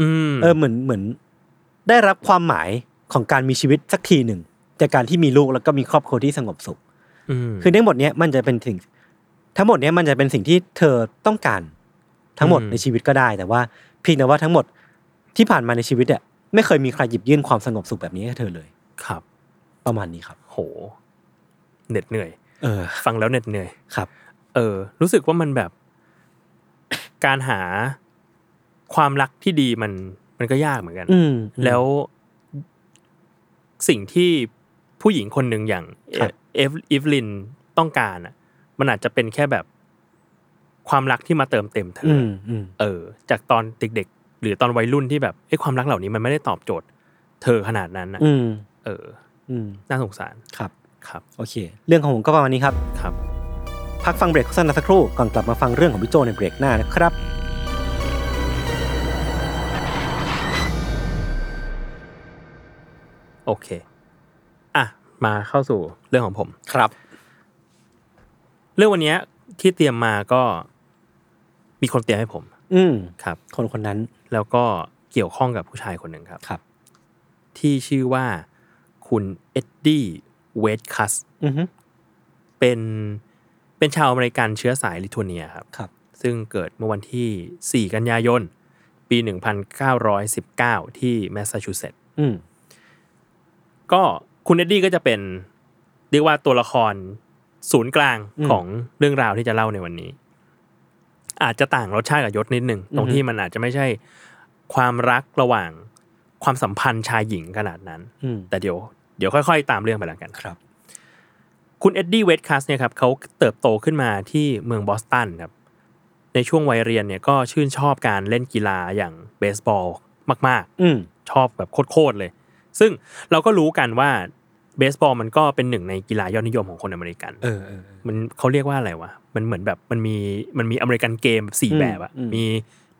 Speaker 4: อืม
Speaker 2: เออเหมือนเหมือน ได้รับความหมายของการมีชีวิตสักทีหนึ่งจากการที่มีลูกแล้วก็มีครอบครัวที่สงบสุข
Speaker 4: ม
Speaker 2: คือทั้งหมดเนี้ยมันจะเป็นสิ่งทั้งหมดเนี้ยมันจะเป็นสิ่งที่เธอต้องการทั้งหมดในชีวิตก็ได้ แต่ว่าเพียงแต่ว่าทั้งหมดที่ผ่านมาในชีวิตเนี่ยไม่เคยมีใครหยิบยื่นความสงบสุขแบบนี้ให้เธอเลย
Speaker 4: ครับ
Speaker 2: ประมาณนี้ครับ
Speaker 4: โห เหน็ดเหนื่อย
Speaker 2: เออ
Speaker 4: ฟังแล้วเหน็ดเหนื่อย
Speaker 2: ครับ
Speaker 4: เออ รู้สึกว่ามันแบบ [COUGHS] การหาความรักที่ดีมัน มันก็ยากเหมือนกัน
Speaker 2: อืม
Speaker 4: แล้วสิ่งที่ผู้หญิงคนหนึ่งอย่าง
Speaker 2: ครับ
Speaker 4: เอฟอีฟลินต้องการอ่ะ มันอาจจะเป็นแค่แบบความรักที่มาเติมเต็มเธอ
Speaker 2: อื
Speaker 4: อ
Speaker 2: มอืม
Speaker 4: เออ จากตอนเด็กๆ หรือตอนวัยรุ่นที่แบบเอ้ยความรักเหล่านี้มันไม่ได้ตอบโจทย์ เธอขนาดนั้นอ่ะ
Speaker 2: อืม
Speaker 4: เออ
Speaker 2: อืม
Speaker 4: น่าสงสาร
Speaker 2: ครับ
Speaker 4: ครับ
Speaker 2: โอเค เรื่องของผมก็ประมาณนี้ครับ
Speaker 4: ครับ
Speaker 2: พักฟังเบรกโฆษณาสักครู่ ก่อนกลับมาฟังเรื่องของพี่โจในเบรกหน้านะครับ
Speaker 4: โอเค อ่ะ มาเข้าสู่เรื่องของผม
Speaker 2: ครับ
Speaker 4: เรื่องวันเนี้ยที่เตรียมมาก็มีคนเตรียมให้ผม
Speaker 2: อืม
Speaker 4: ครับ
Speaker 2: คนคนนั้น
Speaker 4: แล้วก็เกี่ยวข้องกับผู้ชายคนหนึ่งครับ
Speaker 2: ครับ
Speaker 4: ที่ชื่อว่าคุณเอ็ดดี้เวดคัส
Speaker 2: อือฮึ
Speaker 4: เป็นเป็นชาวอเมริกันเชื้อสายลิทัวเนียครับ
Speaker 2: ครับ
Speaker 4: ซึ่งเกิดเมื่อวันที่ 4 กันยายน ปี 1919 ที่แมสซาชูเซตส์
Speaker 2: อืม
Speaker 4: ก็คุณเอ็ดดี้ก็จะเป็นเรียกว่าตัวละครศูนย์กลาง
Speaker 2: อืม
Speaker 4: ของเรื่องราวที่จะเล่าในวันนี้ อาจจะต่างรสชาติกับยศนิดหนึ่งตรง
Speaker 2: อือฮึ
Speaker 4: ที่มันอาจจะไม่ใช่ความรักระหว่างความสัมพันธ์ชายหญิงขนาดนั้น
Speaker 2: อืม
Speaker 4: แต่เดี๋ยวเดี๋ยวค่อยๆ ตามเรื่องไปแล้วกัน
Speaker 2: ครับ
Speaker 4: คุณเอ็ดดี้เวดคัสเนี่ยครับเขาเติบโตขึ้นมาที่เมืองบอสตันครับ ในช่วงวัยเรียนเนี่ยก็ชื่นชอบการเล่นกีฬาอย่างเบสบอลมาก ๆ
Speaker 2: อืม
Speaker 4: ชอบแบบโคตรๆเลย ซึ่งเราก็รู้กันว่าเบสบอลมันก็เป็นหนึ่งในกีฬายอดนิยมของคนอเมริกัน
Speaker 2: เออเออ
Speaker 4: มันเขาเรียกว่าอะไรวะ มันเหมือนแบบมันมีมันมีอเมริกันเกมสี่
Speaker 2: อืม
Speaker 4: แบบอะ
Speaker 2: อืม
Speaker 4: มี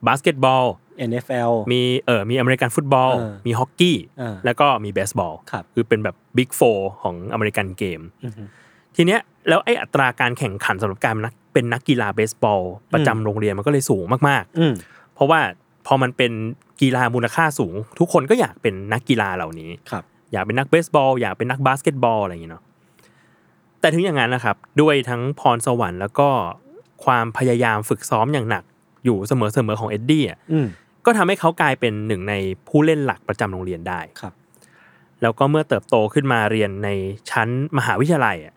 Speaker 4: บาสเกตบอล
Speaker 2: NFL
Speaker 4: มีเออมีอเมริกันฟุตบอล
Speaker 2: เออ
Speaker 4: มีฮอกกี้
Speaker 2: เออ
Speaker 4: แล้วก็มีเบสบอล
Speaker 2: ครับ
Speaker 4: คือเป็นแบบบิ๊กโฟของอเมริกันเกม
Speaker 2: อือฮึ
Speaker 4: ทีเนี้ยแล้วไออัตราการแข่งขันสำหรับการเป็นนักเป็นนักกีฬาเบสบอล ประจำโรงเรียนมันก็เลยสูงมาก
Speaker 2: อืม
Speaker 4: ๆ เพราะว่าพอมันเป็นกีฬามูลค่าสูง ทุกคนก็อยากเป็นนักกีฬาเหล่านี้
Speaker 2: ครับ
Speaker 4: อยากเป็นนักเบสบอล อยากเป็นนักบาสเกตบอลอะไรอย่างเงี้ยเนาะแต่ถึงอย่างนั้นนะครับ ด้วยทั้งพรสวรรค์แล้วก็ความพยายามฝึกซ้อมอย่างหนัก อยู่เสมอๆของเอ็ดดี้อะ
Speaker 2: อืม
Speaker 4: ก็ทำให้เขากลายเป็นหนึ่งในผู้เล่นหลักประจำโรงเรียนได้
Speaker 2: ครับ
Speaker 4: แล้วก็เมื่อเติบโตขึ้นมาเรียนในชั้นมหาวิทยาลัยอ่ะ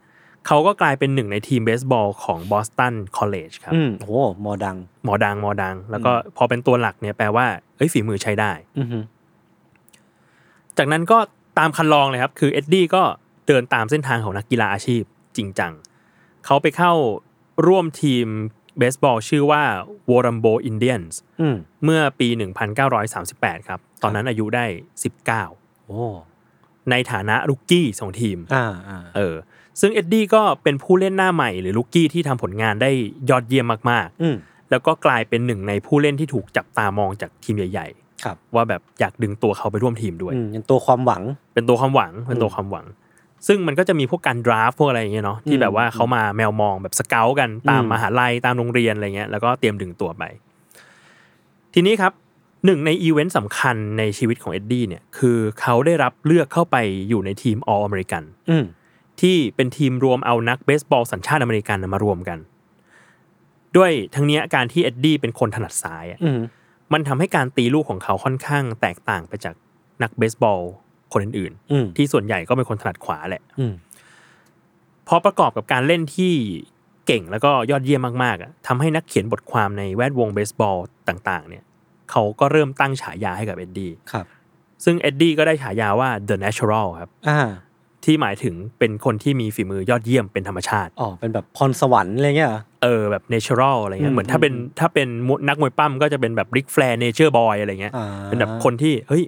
Speaker 4: เขาก็กลายเป็นหนึ่งในทีมเบสบอลของบอสตันคอลเลจครับ
Speaker 2: อืมโหหมอดัง
Speaker 4: หมอดังหมอดัง แล้วก็พอเป็นตัวหลักเนี่ยแปลว่าเอ้ยฝีมือใช้ได้
Speaker 2: อือฮึ
Speaker 4: จากนั้นก็ตามคันลองเลยครับ คือเอ็ดดี้ก็เดินตามเส้นทางของนักกีฬาอาชีพจริงจัง เขาไปเข้าร่วมทีมเบสบอลชื่อว่าวอรัมโบอินเดียนส์
Speaker 2: อืม
Speaker 4: เมื่อปี 1938 ครับ ตอนนั้นอายุได้ 19
Speaker 2: โอ้
Speaker 4: ในฐานะลูกกี้สองทีม
Speaker 2: อ่าอ่า
Speaker 4: เออ ซึ่งเอ็ดดี้ก็เป็นผู้เล่นหน้าใหม่หรือลูกกี้ที่ทำผลงานได้ยอดเยี่ยมมาก
Speaker 2: อืม
Speaker 4: ๆ แล้วก็กลายเป็นหนึ่งในผู้เล่นที่ถูกจับตามองจากทีมใหญ่
Speaker 2: ครับ
Speaker 4: ๆ ว่าแบบอยากดึงตัวเขาไปร่วมทีมด้วย
Speaker 2: อืมยังตัวความหวัง
Speaker 4: เป็นตัวความหวัง เป็นตัวความหวัง ซึ่งมันก็จะมีพวกการดราฟพวกอะไรอย่างเงี้ยเนาะ ที่แบบว่าเขามาแมวมองแบบสเกลกันตาม
Speaker 2: อืม
Speaker 4: มหาลัยตามโรงเรียนอะไรเงี้ย แล้วก็เตรียมดึงตัวไป ทีนี้ครับหนึ่งในอีเวนต์สำคัญในชีวิตของเอ็ดดี้เนี่ย คือเขาได้รับเลือกเข้าไปอยู่ในทีม All American
Speaker 2: อืม
Speaker 4: ที่เป็นทีมรวมเอานักเบสบอลสัญชาติอเมริกันน่ะมารวมกัน ด้วยทั้งเนี้ยการที่เอ็ดดี้เป็นคนถนัดซ้ายอะ
Speaker 2: อืม
Speaker 4: มันทำให้การตีลูกของเขาค่อนข้างแตกต่างไปจากนักเบสบอลคนอื่น
Speaker 2: อืม
Speaker 4: ๆ ที่ส่วนใหญ่ก็เป็นคนถนัดขวาแหละ
Speaker 2: อืม
Speaker 4: พอประกอบกับการเล่นที่เก่งแล้วก็ยอดเยี่ยมมากๆอะทำให้นักเขียนบทความในแวดวงเบสบอลต่างๆ เนี่ยเขาก็เริ่มตั้งฉายาให้กับเอ็ดดี้
Speaker 2: ครับ
Speaker 4: ซึ่งเอ็ดดี้ก็ได้ฉายาว่า The Natural ครับ
Speaker 2: อ่า
Speaker 4: ที่หมายถึงเป็นคนที่มีฝีมือยอดเยี่ยมเป็นธรรมชาติ
Speaker 2: อ๋อเป็นแบบพรสวรรค์อะไรเงี้ยเหรอ
Speaker 4: เออแบบเนเชอรัลอะไรเงี้
Speaker 2: อื
Speaker 4: ย
Speaker 2: ม
Speaker 4: เหมือนถ้าเป็น
Speaker 2: อืม
Speaker 4: ถ้าเป็นมุนักมวยปั้มก็จะเป็นแบบริกแฟร์เนเจอร์บอยอะไรเงี้ย
Speaker 2: อ่า
Speaker 4: เป็นแบบคนที่เฮ้ย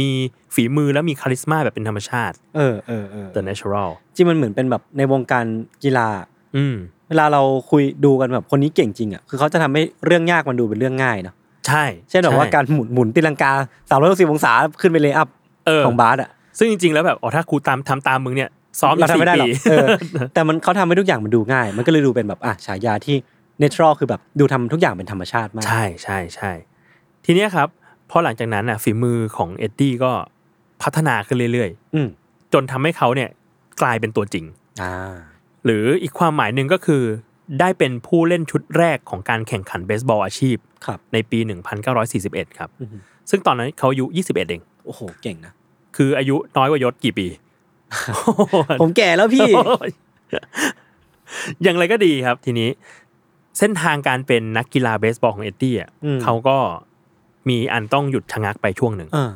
Speaker 4: มีฝีมือแล้วมีคาริสมาแบบเป็นธรรมชาติ
Speaker 2: เออเออเออ
Speaker 4: The Natural
Speaker 2: จริงมันเหมือนเป็นแบบในวงการกีฬา
Speaker 4: อืม
Speaker 2: เวลาเราคุยดูกันแบบคนนี้เก่งจริงอ่ะคือเขาจะทำให้เรื่องยากมันดูเป็นเรื่องง่ายเนาะ
Speaker 4: ใช่
Speaker 2: เช่นแบบว่า
Speaker 4: ใช่
Speaker 2: การหมุนหมุนตีลังกาสามร้อยหกสิบองศาขึ้นไปเลย์อัพ
Speaker 4: เออ
Speaker 2: ของบาสอ่ะ
Speaker 4: ซึ่งจริงๆแล้วแบบอ๋อถ้าครูตามทำตามมึงเนี่ยซ้อมอ
Speaker 2: เราทำ
Speaker 4: ยู่สี่
Speaker 2: ไม่ได้หรอ
Speaker 4: ปี
Speaker 2: กเออ แต่มันเขาทำให้ทุกอย่างมันดูง่าย มันก็เลยดูเป็นแบบอ่ะฉายาที่ natural คือแบบดูทำทุกอย่างเป็นธรรมชาติมาก
Speaker 4: ใช่ใช่ใช่ทีเนี้ยครับพอหลังจากนั้นอ่ะฝีมือของเอ็ดดี้ก็พัฒนาขึ้นเรื่อย
Speaker 2: อืม
Speaker 4: ๆ จนทำให้เขาเนี่ยกลายเป็นตัวจริง
Speaker 2: อ่า
Speaker 4: หรืออีกความหมายหนึ่งก็คือ ได้เป็นผู้เล่นชุดแรกของการแข่งขันเบสบอลอาชีพ
Speaker 2: ครับ
Speaker 4: ในปี 1941 ครับ
Speaker 2: อือฮึ
Speaker 4: ซึ่งตอนนั้นเขาอายุ 21 เอง
Speaker 2: โอ้โหเก่งนะ
Speaker 4: คืออายุน้อยกว่ายศ
Speaker 2: [LAUGHS]
Speaker 4: กี่ปี
Speaker 2: ผมแก่แล้วพี่
Speaker 4: [LAUGHS] อย่างไรก็ดีครับทีนี้ เส้นทางการเป็นนักกีฬาเบสบอลของเอ็ดดี้อ่ะ
Speaker 2: อืม
Speaker 4: เขาก็มีอันต้องหยุดชะงักไปช่วงหนึ่ง
Speaker 2: เออ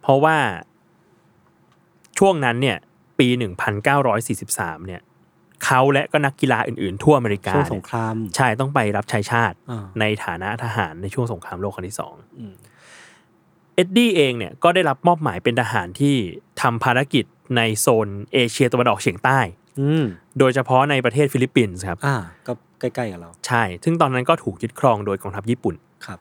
Speaker 4: เพราะว่าช่วงนั้นเนี่ย ปี 1943 เนี่ยเขาและก็นักกีฬาอื่นๆ ทั่วอเมริกา
Speaker 2: ช่วงส
Speaker 4: เนี่
Speaker 2: ง
Speaker 4: ย
Speaker 2: คราม
Speaker 4: ใช่ต้องไปรับใช้ชาติ
Speaker 2: อ่า
Speaker 4: ในฐานะทหารในช่วงสงครามโลกครั้งที่สอง
Speaker 2: อืม
Speaker 4: เอ็ดดี้เองเนี่ยก็ได้รับมอบหมายเป็นทหารที่ทำภารกิจในโซนเอเชียตะวันออกเฉียงใต้
Speaker 2: อืม
Speaker 4: โดยเฉพาะในประเทศฟิลิปปินส์ครับ
Speaker 2: อ่า ก็ใกล้ๆกับเรา
Speaker 4: ใช่ ซึ่งตอนนั้นก็ถูกยึดครองโดยกองทัพญี่ปุ่น
Speaker 2: ครับ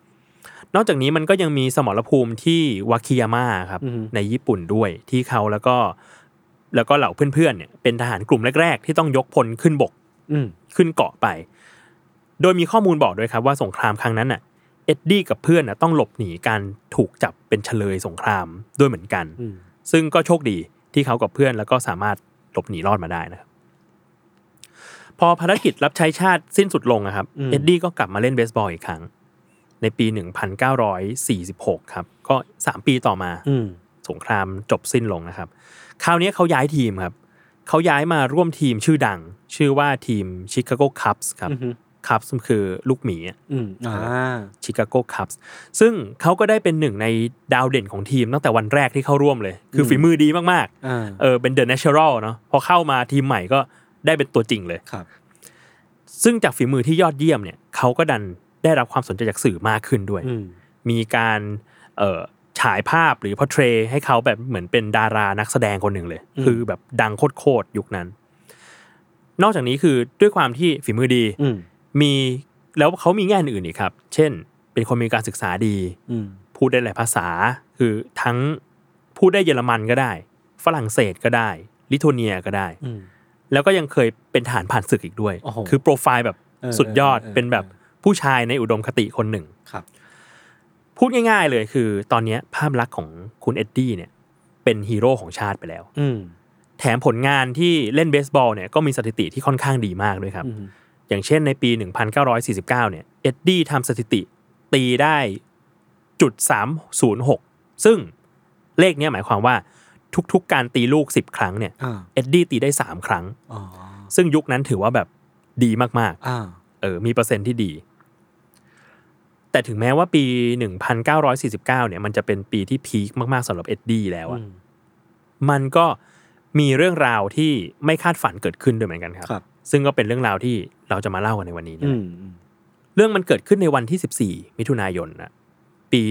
Speaker 4: นอกจากนี้มันก็ยังมีสมรภูมิที่วาคิยาม่าครับ
Speaker 2: อือฮึ
Speaker 4: ในญี่ปุ่นด้วยที่เขาแล้วก็แล้วก็เหล่าเพื่อนๆเนี่ยเป็นทหารกลุ่มแรก ๆ ที่ต้องยกพลขึ้นบก
Speaker 2: อืม
Speaker 4: ขึ้นเกาะไป โดยมีข้อมูลบอกด้วยครับว่าสงครามครั้งนั้นน่ะเอ็ดดี้กับเพื่อนน่ะต้องหลบหนีการถูกจับเป็นเฉลยสงครามด้วยเหมือนกัน
Speaker 2: อืม
Speaker 4: ซึ่งก็โชคดีที่เขากับเพื่อนแล้วก็สามารถหลบหนีรอดมาได้นะครับ พอภารกิจรับใช้ชาติสิ้นสุดลงนะครับ เอ็ดดี้ก็กลับมาเล่นเบสบอลอีกครั้ง ในปี 1946 ครับ ก็ 3 ปีต่อมา
Speaker 2: อืม
Speaker 4: สงครามจบสิ้นลงนะครับ คราวนี้เขาย้ายทีมครับ เขาย้ายมาร่วมทีมชื่อดัง ชื่อว่าทีมชิคาโกคัพส์ครับ
Speaker 2: อืม
Speaker 4: คัพส์คือลูกหมีอะ
Speaker 2: อืมอ่า
Speaker 4: ชิคาโกคัพส์ซึ่งเขาก็ได้เป็นหนึ่งในดาวเด่นของทีมตั้งแต่วันแรกที่เข้าร่วมเลย คือ
Speaker 2: อืม
Speaker 4: ฝีมือดีมาก
Speaker 2: อ่า
Speaker 4: ๆ เออเป็นเดอะเนเชอรัลเนาะพอเข้ามาทีมใหม่ก็ได้เป็นตัวจริงเลย
Speaker 2: ครับ
Speaker 4: ซึ่งจากฝีมือที่ยอดเยี่ยมเนี่ยเขาก็ดันได้รับความสนใจจากสื่อมากขึ้นด้วย
Speaker 2: อืม
Speaker 4: มีการเอ่อฉายภาพหรือพอเทรให้เขาแบบเหมือนเป็นดารานักแสดงคนหนึ่งเลย คือแบบดังโคตรๆยุคนั้น นอกจากนี้คือด้วยความที่ฝีมือดี
Speaker 2: อืม
Speaker 4: มีแล้วเขามีแง่อื่นอีกครับ เช่น เป็นคนมีการศึกษาดี
Speaker 2: อืม
Speaker 4: พูดได้หลายภาษา คือทั้งพูดได้เยอรมันก็ได้ ฝรั่งเศสก็ได้ ลิทัวเนียก็ได้
Speaker 2: อืม
Speaker 4: แล้วก็ยังเคยเป็นฐานผ่านศึกอีกด้วย
Speaker 2: โอ้โห
Speaker 4: คือโปรไฟล์แบบ
Speaker 2: เออ
Speaker 4: สุดยอด
Speaker 2: เออเออ
Speaker 4: เป็นแบบผู้ชายในอุดมคติคนหนึ่ง
Speaker 2: ครับ
Speaker 4: พูดง่ายๆเลยคือ ตอนเนี้ยภาพลักษณ์ของคุณเอ็ดดี้เนี่ย เป็นฮีโร่ของชาติไปแล้ว
Speaker 2: อืม
Speaker 4: แถมผลงานที่เล่นเบสบอลเนี่ยก็มีสถิติที่ค่อนข้างดีมากด้วยครับ
Speaker 2: อืม
Speaker 4: อย่างเช่นในปี 1949 เนี่ย เอ็ดดี้ทำสถิติตีได้จุด306 ซึ่งเลขเนี้ยหมายความว่าทุกๆการตีลูก 10 ครั้งเนี่ย
Speaker 2: อ่า
Speaker 4: เอ็ดดี้ตีได้ 3 ครั้ง
Speaker 2: อ๋อ
Speaker 4: ซึ่งยุคนั้นถือว่าแบบดีมาก
Speaker 2: อ่า
Speaker 4: ๆ เออ มีเปอร์เซ็นต์ที่ดี แต่ถึงแม้ว่าปี 1949 เนี่ย มันจะเป็นปีที่พีคมากๆสำหรับเอ็ดดี้แล้วอะ
Speaker 2: อืม
Speaker 4: มันก็มีเรื่องราวที่ไม่คาดฝันเกิดขึ้นด้วยเหมือนกันครับ
Speaker 2: ครับ
Speaker 4: ซึ่งก็เป็นเรื่องราวที่เราจะมาเล่ากันในวันนี้เนี่ย
Speaker 2: อื
Speaker 4: แห
Speaker 2: ม
Speaker 4: ละ
Speaker 2: อืม
Speaker 4: เรื่องมันเกิดขึ้นในวันที่ 14 มิถุนายนนะปี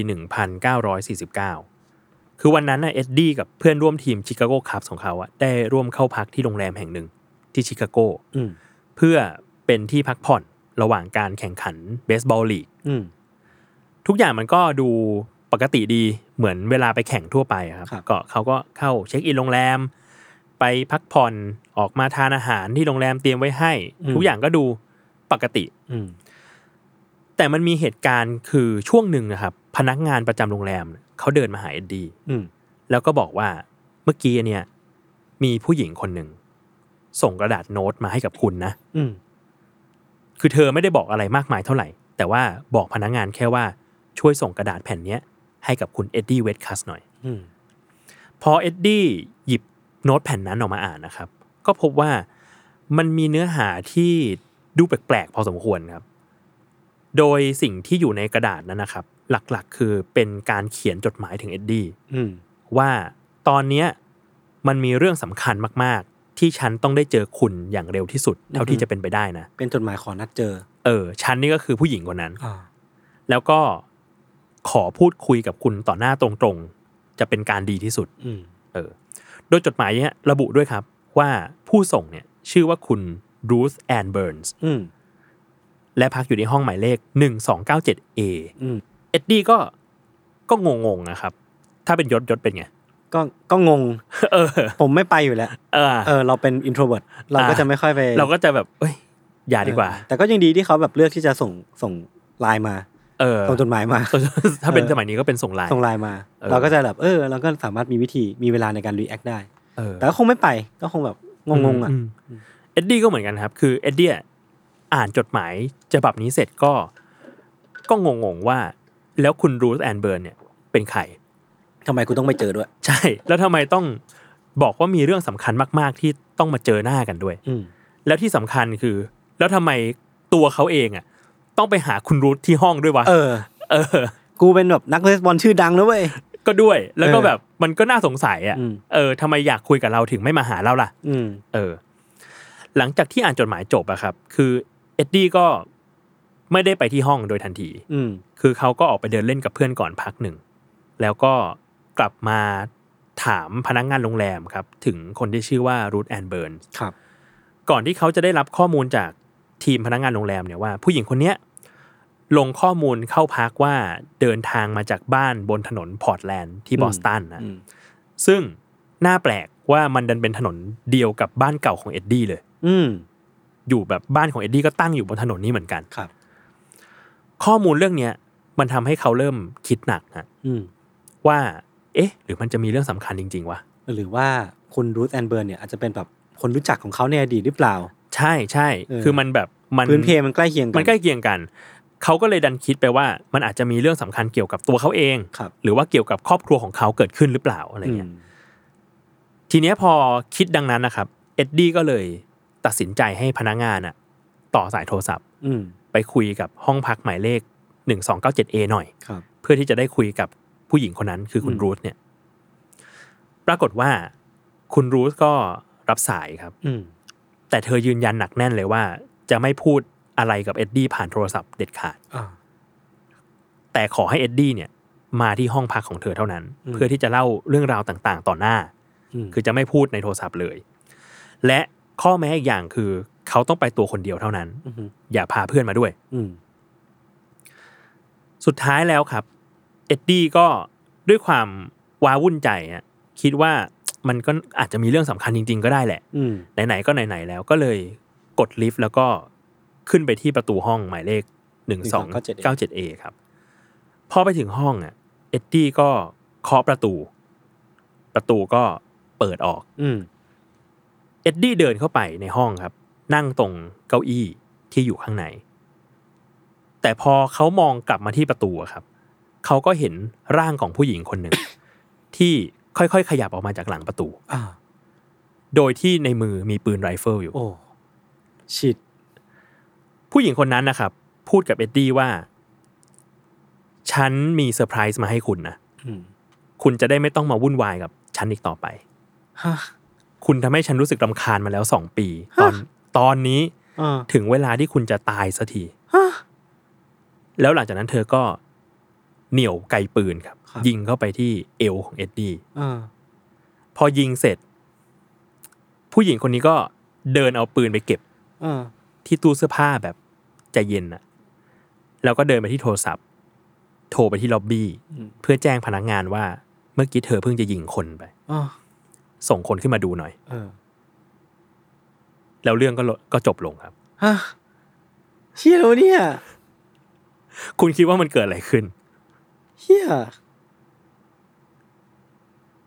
Speaker 4: 1949 คือวันนั้นนะเอ็ดดี้กับเพื่อนร่วมทีมชิคาโกคับของเขาอะได้ร่วมเข้าพักที่โรงแรมแห่งหนึ่งที่ชิคาโก
Speaker 2: อืม
Speaker 4: เพื่อเป็นที่พักผ่อนระหว่างการแข่งขันเบสบอลลีก
Speaker 2: อืม
Speaker 4: ทุกอย่างมันก็ดูปกติดีเหมือนเวลาไปแข่งทั่วไปอะครับ
Speaker 2: ครับ
Speaker 4: ก็เขาก็เข้าเช็คอินโรงแรม ไปพักผ่อนออกมาทานอาหารที่โรงแรมเตรียมไว้ให้ ทุกอย่างก็ดูปกติ
Speaker 2: อืม
Speaker 4: แต่มันมีเหตุการณ์คือช่วงหนึ่งนะครับ พนักงานประจำโรงแรมเนี่ยเขาเดินมาหาเอ็ดดี้
Speaker 2: อืม
Speaker 4: แล้วก็บอกว่าเมื่อกี้เนี่ย มีผู้หญิงคนหนึ่ง ส่งกระดาษโน้ตมาให้กับคุณนะ
Speaker 2: อืม
Speaker 4: คือเธอไม่ได้บอกอะไรมากมายเท่าไหร่ แต่ว่าบอกพนักงานแค่ว่าช่วยส่งกระดาษแผ่นเนี้ยให้กับคุณเอ็ดดี้เวดคัสหน่อย
Speaker 2: อืม
Speaker 4: พอเอ็ดดี้หยิบโน้ตแผ่นนั้นออกมาอ่านนะครับ ก็พบว่ามันมีเนื้อหาที่ดูแปลกๆพอสมควรครับ โดยสิ่งที่อยู่ในกระดาษนั้นนะครับ หลักๆ คือเป็นการเขียนจดหมายถึงเอ็ดดี้
Speaker 2: อืม
Speaker 4: ว่าตอนเนี้ยมันมีเรื่องสำคัญมากๆ ที่ฉันต้องได้เจอคุณอย่างเร็วที่สุด เท่าที่จะเป็นไปได้นะ
Speaker 2: เป็นจดหมายขอนัดเจอ
Speaker 4: เออฉันนี่ก็คือผู้หญิงคนนั้น
Speaker 2: อ่า
Speaker 4: แล้วก็ขอพูดคุยกับคุณต่อหน้าตรงๆ จะเป็นการดีที่สุด
Speaker 2: อืม
Speaker 4: เออโดยจดหมายเนี่ยระบุด้วยครับว่าผู้ส่งเนี่ยชื่อว่าคุณรูธแอนเบิร์นส์
Speaker 2: อืม
Speaker 4: และพักอยู่ในห้องหมายเลข 1297A
Speaker 2: อืม
Speaker 4: เอ็ดดี้ก็ก็งงๆนะครับ ถ้าเป็นยศยศเป็นไง [LAUGHS]
Speaker 2: ก็ก็งง [LAUGHS]
Speaker 4: เออ
Speaker 2: ผมไม่ไปอยู่แล้ว
Speaker 4: เออ
Speaker 2: เออเราเป็น introvert เราก็
Speaker 4: อ่า
Speaker 2: จะไม่ค่อยไป
Speaker 4: เราก็จะแบบเอ้ย อย่าดีกว่า
Speaker 2: เออแต่ก็ยังดีที่เขาแบบเลือกที่จะส่งส่งไลน์มา
Speaker 4: เออ
Speaker 2: ส่งจดหมายมา
Speaker 4: [LAUGHS] ถ้าเป็น
Speaker 2: เออ
Speaker 4: สมัยนี้ก็เป็นส่งไลน์
Speaker 2: ส่งไลน์มา
Speaker 4: เออ
Speaker 2: เราก็จะแบบเออ เราก็สามารถมีวิธีมีเวลาในการ react ได้
Speaker 4: เออ
Speaker 2: แต่ก็คงไม่ไปก็คงแบบงงๆอ่ะ
Speaker 4: มมเอ็ดดี้ก็เหมือนกันครับ คือเอ็ดดี้อ่านจดหมายฉบับนี้เสร็จก็ ก็งงๆว่า แล้วคุณรูธแอนเบิร์นเนี่ยเป็นใคร
Speaker 2: ทำไมกูต้องไปเจอด้วย
Speaker 4: ใช่ แล้วทำไมต้องบอกว่ามีเรื่องสำคัญมาก ๆ ที่ต้องมาเจอหน้ากันด้วย
Speaker 2: อืม
Speaker 4: แล้วที่สำคัญคือ แล้วทำไมตัวเขาเองอ่ะ ต้องไปหาคุณรูธที่ห้องด้วยวะ
Speaker 2: เออ
Speaker 4: เออ
Speaker 2: กูเป็นแบบนักเบสบอลชื่อดังนะเว้ย
Speaker 4: ก็ด้วยแล้วก็
Speaker 2: เออ
Speaker 4: แบบมันก็น่าสงสัยอ่ะ
Speaker 2: อืม
Speaker 4: เออทำไมอยากคุยกับเราถึงไม่มาหาเราล่ะ
Speaker 2: อืม
Speaker 4: เออหลังจากที่อ่านจดหมายจบอะครับ คือเอ็ดดี้ก็ไม่ได้ไปที่ห้องโดยทันที
Speaker 2: อืม
Speaker 4: คือเขาก็ออกไปเดินเล่นกับเพื่อนก่อนพักหนึ่ง แล้วก็กลับมาถามพนักงานโรงแรมครับ ถึงคนที่ชื่อว่ารูทแอนเบิร์น
Speaker 2: ครับ
Speaker 4: ก่อนที่เขาจะได้รับข้อมูลจากทีมพนักงานโรงแรมเนี่ยว่า ผู้หญิงคนเนี้ยลงข้อมูลเข้าพักว่าเดินทางมาจากบ้านบนถนนพอร์ตแลนด์ที่บอสตันนะ
Speaker 2: อืม
Speaker 4: ซึ่งน่าแปลกว่ามันดันเป็นถนนเดียวกับบ้านเก่าของเอ็ดดี้เลย
Speaker 2: อืม
Speaker 4: อยู่แบบบ้านของเอ็ดดี้ก็ตั้งอยู่บนถนนนี้เหมือนกัน
Speaker 2: ครับ
Speaker 4: ข้อมูลเรื่องเนี้ยมันทำให้เขาเริ่มคิดหนักนะ
Speaker 2: อืม
Speaker 4: ว่า เอ๊ะ หรือมันจะมีเรื่องสำคัญจริง ๆวะ
Speaker 2: หรือว่าคุณรูทแอนเบิร์นเนี่ยอาจจะเป็นแบบคนรู้จักของเขาในอดีตหรือเปล่า
Speaker 4: ใช่ใช่
Speaker 2: เออ
Speaker 4: คือมันแบบมัน
Speaker 2: พื้นเพมันใกล้เคียงกัน
Speaker 4: มันใกล้เคียงกัน เขาก็เลยดันคิดไปว่ามันอาจจะมีเรื่องสำคัญเกี่ยวกับตัวเขาเอง
Speaker 2: ครับ
Speaker 4: หรือว่าเกี่ยวกับครอบครัวของเขาเกิดขึ้นหรือเปล่าอะไรเงี้ย
Speaker 2: ม
Speaker 4: ทีเนี้ยพอคิดดังนั้นนะครับเอ็ดดี้ก็เลยตัดสินใจให้พนักงานอะต่อสายโทรศัพท์
Speaker 2: อืม
Speaker 4: ไปคุยกับห้องพักหมายเลข 1297A หน่อย
Speaker 2: ครับ
Speaker 4: เพื่อที่จะได้คุยกับผู้หญิงคนนั้นคือคุณ
Speaker 2: อืม
Speaker 4: รูทเนี่ย ปรากฏว่าคุณรูทก็รับสายครับ
Speaker 2: อืม
Speaker 4: แต่เธอยืนยันหนักแน่นเลยว่า จะไม่พูดอะไรกับเอ็ดดี้ผ่านโทรศัพท์เด็ดขาด
Speaker 2: อ่า
Speaker 4: แต่ขอให้เอ็ดดี้เนี่ย มาที่ห้องพักของเธอเท่านั้น
Speaker 2: อืม
Speaker 4: เพื่อที่จะเล่าเรื่องราวต่างๆ ต่อหน้า
Speaker 2: ม
Speaker 4: คือจะไม่พูดในโทรศัพท์เลย และข้อแม้อีกอย่างคือ เขาต้องไปตัวคนเดียวเท่านั้น
Speaker 2: ม
Speaker 4: อย่าพาเพื่อนมาด้วย
Speaker 2: อืม
Speaker 4: สุดท้ายแล้วครับ เอ็ดดี้ก็ด้วยความว้าวุ่นใจอะคิดว่ามันก็อาจจะมีเรื่องสำคัญจริง ๆ ก็ได้แหละ
Speaker 2: อืม
Speaker 4: ไหน ๆ ก็ไหน ๆ แล้วก็เลยกดลิฟต์แล้วก็ขึ้นไปที่ประตูห้องหมายเลขหนึ่งสองเก้าเจ็ดเอครับ พอไปถึงห้องอ่ะ เอ็ดดี้ก็เคาะประตู ประตูก็เปิดออก
Speaker 2: อืม
Speaker 4: เอ็ดดี้เดินเข้าไปในห้องครับ นั่งตรงเก้าอี้ที่อยู่ข้างใน แต่พอเขามองกลับมาที่ประตูอะครับ เขาก็เห็นร่างของผู้หญิงคนหนึ่ง [COUGHS] ที่ค่อยๆ ขยับออกมาจากหลังประตู
Speaker 2: อ่า
Speaker 4: โดยที่ในมือมีปืนไรเฟิลอยู่
Speaker 2: โอ้ชิด
Speaker 4: ผู้หญิงคนนั้นนะครับ พูดกับเอ็ดดี้ว่า ฉันมีเซอร์ไพรส์มาให้คุณนะ
Speaker 2: อืม
Speaker 4: คุณจะได้ไม่ต้องมาวุ่นวายกับฉันอีกต่อไป
Speaker 2: ฮะ
Speaker 4: คุณทำให้ฉันรู้สึกรำคาญมาแล้วสองปี ตอนตอนนี้
Speaker 2: อ่า
Speaker 4: ถึงเวลาที่คุณจะตายสักที
Speaker 2: ฮะ
Speaker 4: แล้วหลังจากนั้นเธอก็เหนี่ยวไกลปืนครับ
Speaker 2: ครับ
Speaker 4: ยิงเข้าไปที่เอวของเอ็ดดี้
Speaker 2: อ่า
Speaker 4: พอยิงเสร็จ ผู้หญิงคนนี้ก็เดินเอาปืนไปเก็บ
Speaker 2: อ่า
Speaker 4: ที่ตู้เสื้อผ้าแบบใจเย็นน่ะ แล้วก็เดินไปที่โทรศัพท์ โทรไปที่ล็อบบี้
Speaker 2: อืม
Speaker 4: เพื่อแจ้งพนักงานว่าเมื่อกี้เธอเพิ่งจะยิงคนไป
Speaker 2: อ่า
Speaker 4: ส่งคนขึ้นมาดูหน่อย
Speaker 2: เออ
Speaker 4: แล้วเรื่องก็ลดก็จบลงครับ
Speaker 2: ฮะเชี่ยแล้วเนี่ย
Speaker 4: คุณคิดว่ามันเกิดอะไรขึ้น
Speaker 2: เชี่ย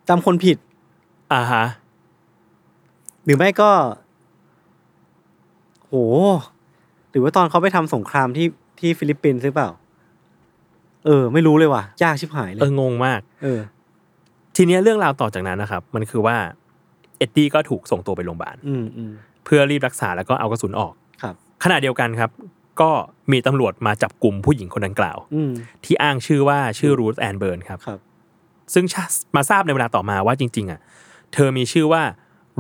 Speaker 2: จำคนผิด
Speaker 4: อ่าฮะ
Speaker 2: หรือไม่ก็ โห หรือว่าตอนเขาไปทำสงครามที่ที่ฟิลิปปินส์หรือเปล่า เออ ไม่รู้เลยว่ะ ยากชิบหายเล
Speaker 4: เอย องงมาก
Speaker 2: เออ
Speaker 4: ทีเนี้ยเรื่องราวต่อจากนั้นนะครับ มันคือว่าเอ็ดดี้ก็ถูกส่งตัวไปโรงพยาบาล
Speaker 2: อืมอืม
Speaker 4: เพื่อรีบรักษาแล้วก็เอากระสุนออก
Speaker 2: ครับ
Speaker 4: ขณะเดียวกันครับ ก็มีตำรวจมาจับกลุ่มผู้หญิงคนดังกล่าว
Speaker 2: อืม
Speaker 4: ที่อ้างชื่อว่าชื่อรูธแอนเบิร์นครับ
Speaker 2: ครับ
Speaker 4: ซึ่งชะมาทราบในเวลาต่อมาว่าจริง ๆ อ่ะ เธอมีชื่อว่า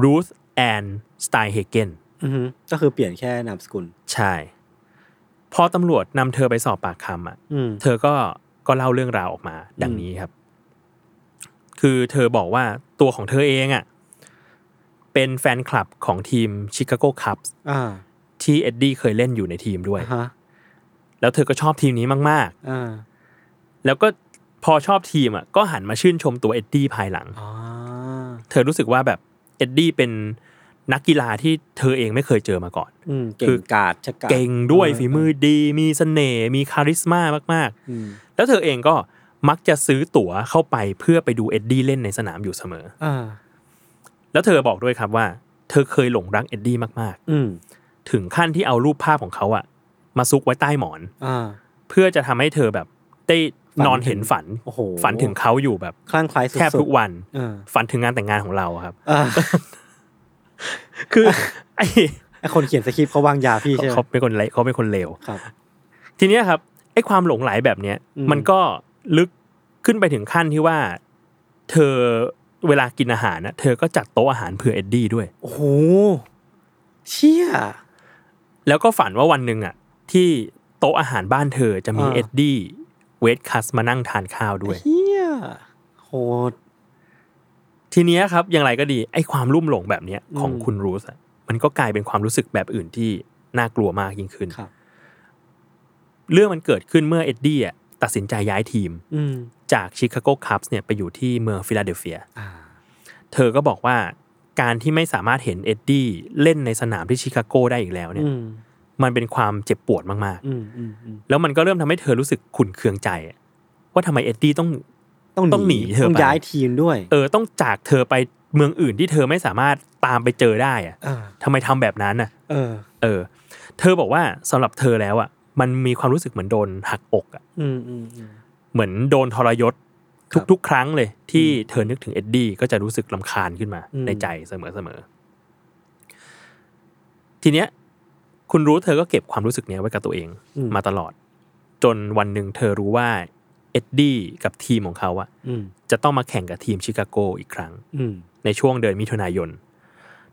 Speaker 4: รูธแอนสไตเฮเกน
Speaker 2: อือฮึก็คือเปลี่ยนแค่นามสกุล
Speaker 4: ใช่ พอตำรวจนำเธอไปสอบปากคำอ่ะ
Speaker 2: อืม
Speaker 4: เธอก็ก็เล่าเรื่องราวออกมา ดังนี้ครับ คือเธอบอกว่าตัวของเธอเองอ่ะ เป็นแฟนคลับของทีมชิคาโกคัพ
Speaker 2: อ่า
Speaker 4: ที่เอ็ดดี้เคยเล่นอยู่ในทีมด้วย
Speaker 2: ฮะ
Speaker 4: แล้วเธอก็ชอบทีมนี้มาก
Speaker 2: อ่า
Speaker 4: ๆ แล้วก็พอชอบทีมอ่ะ ก็หันมาชื่นชมตัวเอ็ดดี้ภายหลัง
Speaker 2: อ๋อ
Speaker 4: เธอรู้สึกว่าแบบเอ็ดดี้เป็นนักกีฬาที่เธอเองไม่เคยเจอมาก่อน
Speaker 2: อืม เก่
Speaker 4: คื
Speaker 2: ง
Speaker 4: อ
Speaker 2: กาดชะกาจ
Speaker 4: เก่งด้วย
Speaker 2: เ
Speaker 4: ฝีมือดี มีเสน่ห์ มีคาริสมามาก
Speaker 2: อืม
Speaker 4: ๆ แล้วเธอเองก็มักจะซื้อตั๋วเข้าไปเพื่อไปดูเอ็ดดี้เล่นในสนามอยู่เสมอ
Speaker 2: อ่า
Speaker 4: แล้วเธอบอกด้วยครับว่า เธอเคยหลงรักเอ็ดดี้มาก
Speaker 2: อืม
Speaker 4: ๆ ถึงขั้นที่เอารูปภาพของเขาอะมาซุกไว้ใต้หมอน
Speaker 2: อ่า
Speaker 4: เพื่อจะทำให้เธอแบบได้
Speaker 2: ฝัน
Speaker 4: นอนเห็น
Speaker 2: ถึง
Speaker 4: ฝัน
Speaker 2: โอ้โห
Speaker 4: ฝันถึงเขาอยู่แบบ
Speaker 2: คลั่งไคล้สุด
Speaker 4: แทบทุกวัน
Speaker 2: ๆเออ
Speaker 4: ฝันถึงงานแต่งงานของเราอะครับ
Speaker 2: อ่า
Speaker 4: คือไอ้
Speaker 2: ไอคนเขียนสคริปต์เขาวางยาพี่ใช่ไหม
Speaker 4: เขาเป็นคนเลวเขาเป็นคนเลว
Speaker 2: ครับ
Speaker 4: ทีเนี้ยครับไอ้ความหลงไหลแบบเนี้ย
Speaker 2: อืม
Speaker 4: มันก็ลึกขึ้นไปถึงขั้นที่ว่า เธอเวลากินอาหารนะเธอก็จัดโต๊ะอาหารเผื่อเอ็ดดี้ด้วย
Speaker 2: โอ้โห เชี่ย
Speaker 4: แล้วก็ฝันว่าวันหนึ่งอ่ะ ที่โต๊ะอาหารบ้านเธอจะมี
Speaker 2: อ่า
Speaker 4: เอ็ดดี้เวทคัสมานั่งทานข้าวด้วย
Speaker 2: เชี่ยโหด
Speaker 4: ทีเนี้ยครับอย่างไรก็ดีไอ้ความลุ่มหลงแบบเนี้ยของ
Speaker 2: อืม
Speaker 4: คุณรูสอะมันก็กลายเป็นความรู้สึกแบบอื่นที่น่ากลัวมากยิ่งขึ้น
Speaker 2: ครับ
Speaker 4: เรื่องมันเกิดขึ้นเมื่อเอ็ดดี้อะตัดสินใจย้ายทีม
Speaker 2: อืม
Speaker 4: จากชิคาโกคัพส์เนี่ยไปอยู่ที่เมืองฟิลาเดลเฟีย
Speaker 2: อ่า
Speaker 4: เธอก็บอกว่าการที่ไม่สามารถเห็นเอ็ดดี้เล่นในสนามที่ชิคาโกได้อีกแล้วเนี่ย
Speaker 2: อืม
Speaker 4: มันเป็นความเจ็บปวดมาก
Speaker 2: อืมอืมอืม
Speaker 4: ๆ แล้วมันก็เริ่มทำให้เธอรู้สึกขุ่นเคืองใจอะว่าทำไมเอ็ดดี้ต้อง ต้องหนีเธอ
Speaker 2: ต้อง
Speaker 4: ไป
Speaker 2: ย้ายทีมด้วย
Speaker 4: เออต้องจากเธอไปเมืองอื่นที่เธอไม่สามารถตามไปเจอได้อะ
Speaker 2: อ่า
Speaker 4: ทำไมทำแบบนั้นน่ะ
Speaker 2: เออ
Speaker 4: เออ เธอบอกว่าสำหรับเธอแล้วอ่ะมันมีความรู้สึกเหมือนโดนหักอกอ่ะ
Speaker 2: อืมอืมอืม
Speaker 4: เหมือนโดนทรยศ
Speaker 2: ครับ
Speaker 4: ทุกๆ ครั้งเลยที่เธอนึกถึงเอ็ดดี้ก็จะรู้สึกลำคาญขึ้นมา
Speaker 2: อืม
Speaker 4: ในใจเสมอๆทีเนี้ย คุณรู้เธอก็เก็บความรู้สึกเนี้ยไว้กับตัวเอง
Speaker 2: อืม
Speaker 4: มาตลอด จนวันหนึ่งเธอรู้ว่าเอ็ดดี้กับทีมของเขาอ่ะ
Speaker 2: อืม
Speaker 4: จะต้องมาแข่งกับทีมชิคาโกอีกครั้ง
Speaker 2: อืม
Speaker 4: ในช่วงเดือนมิถุนายน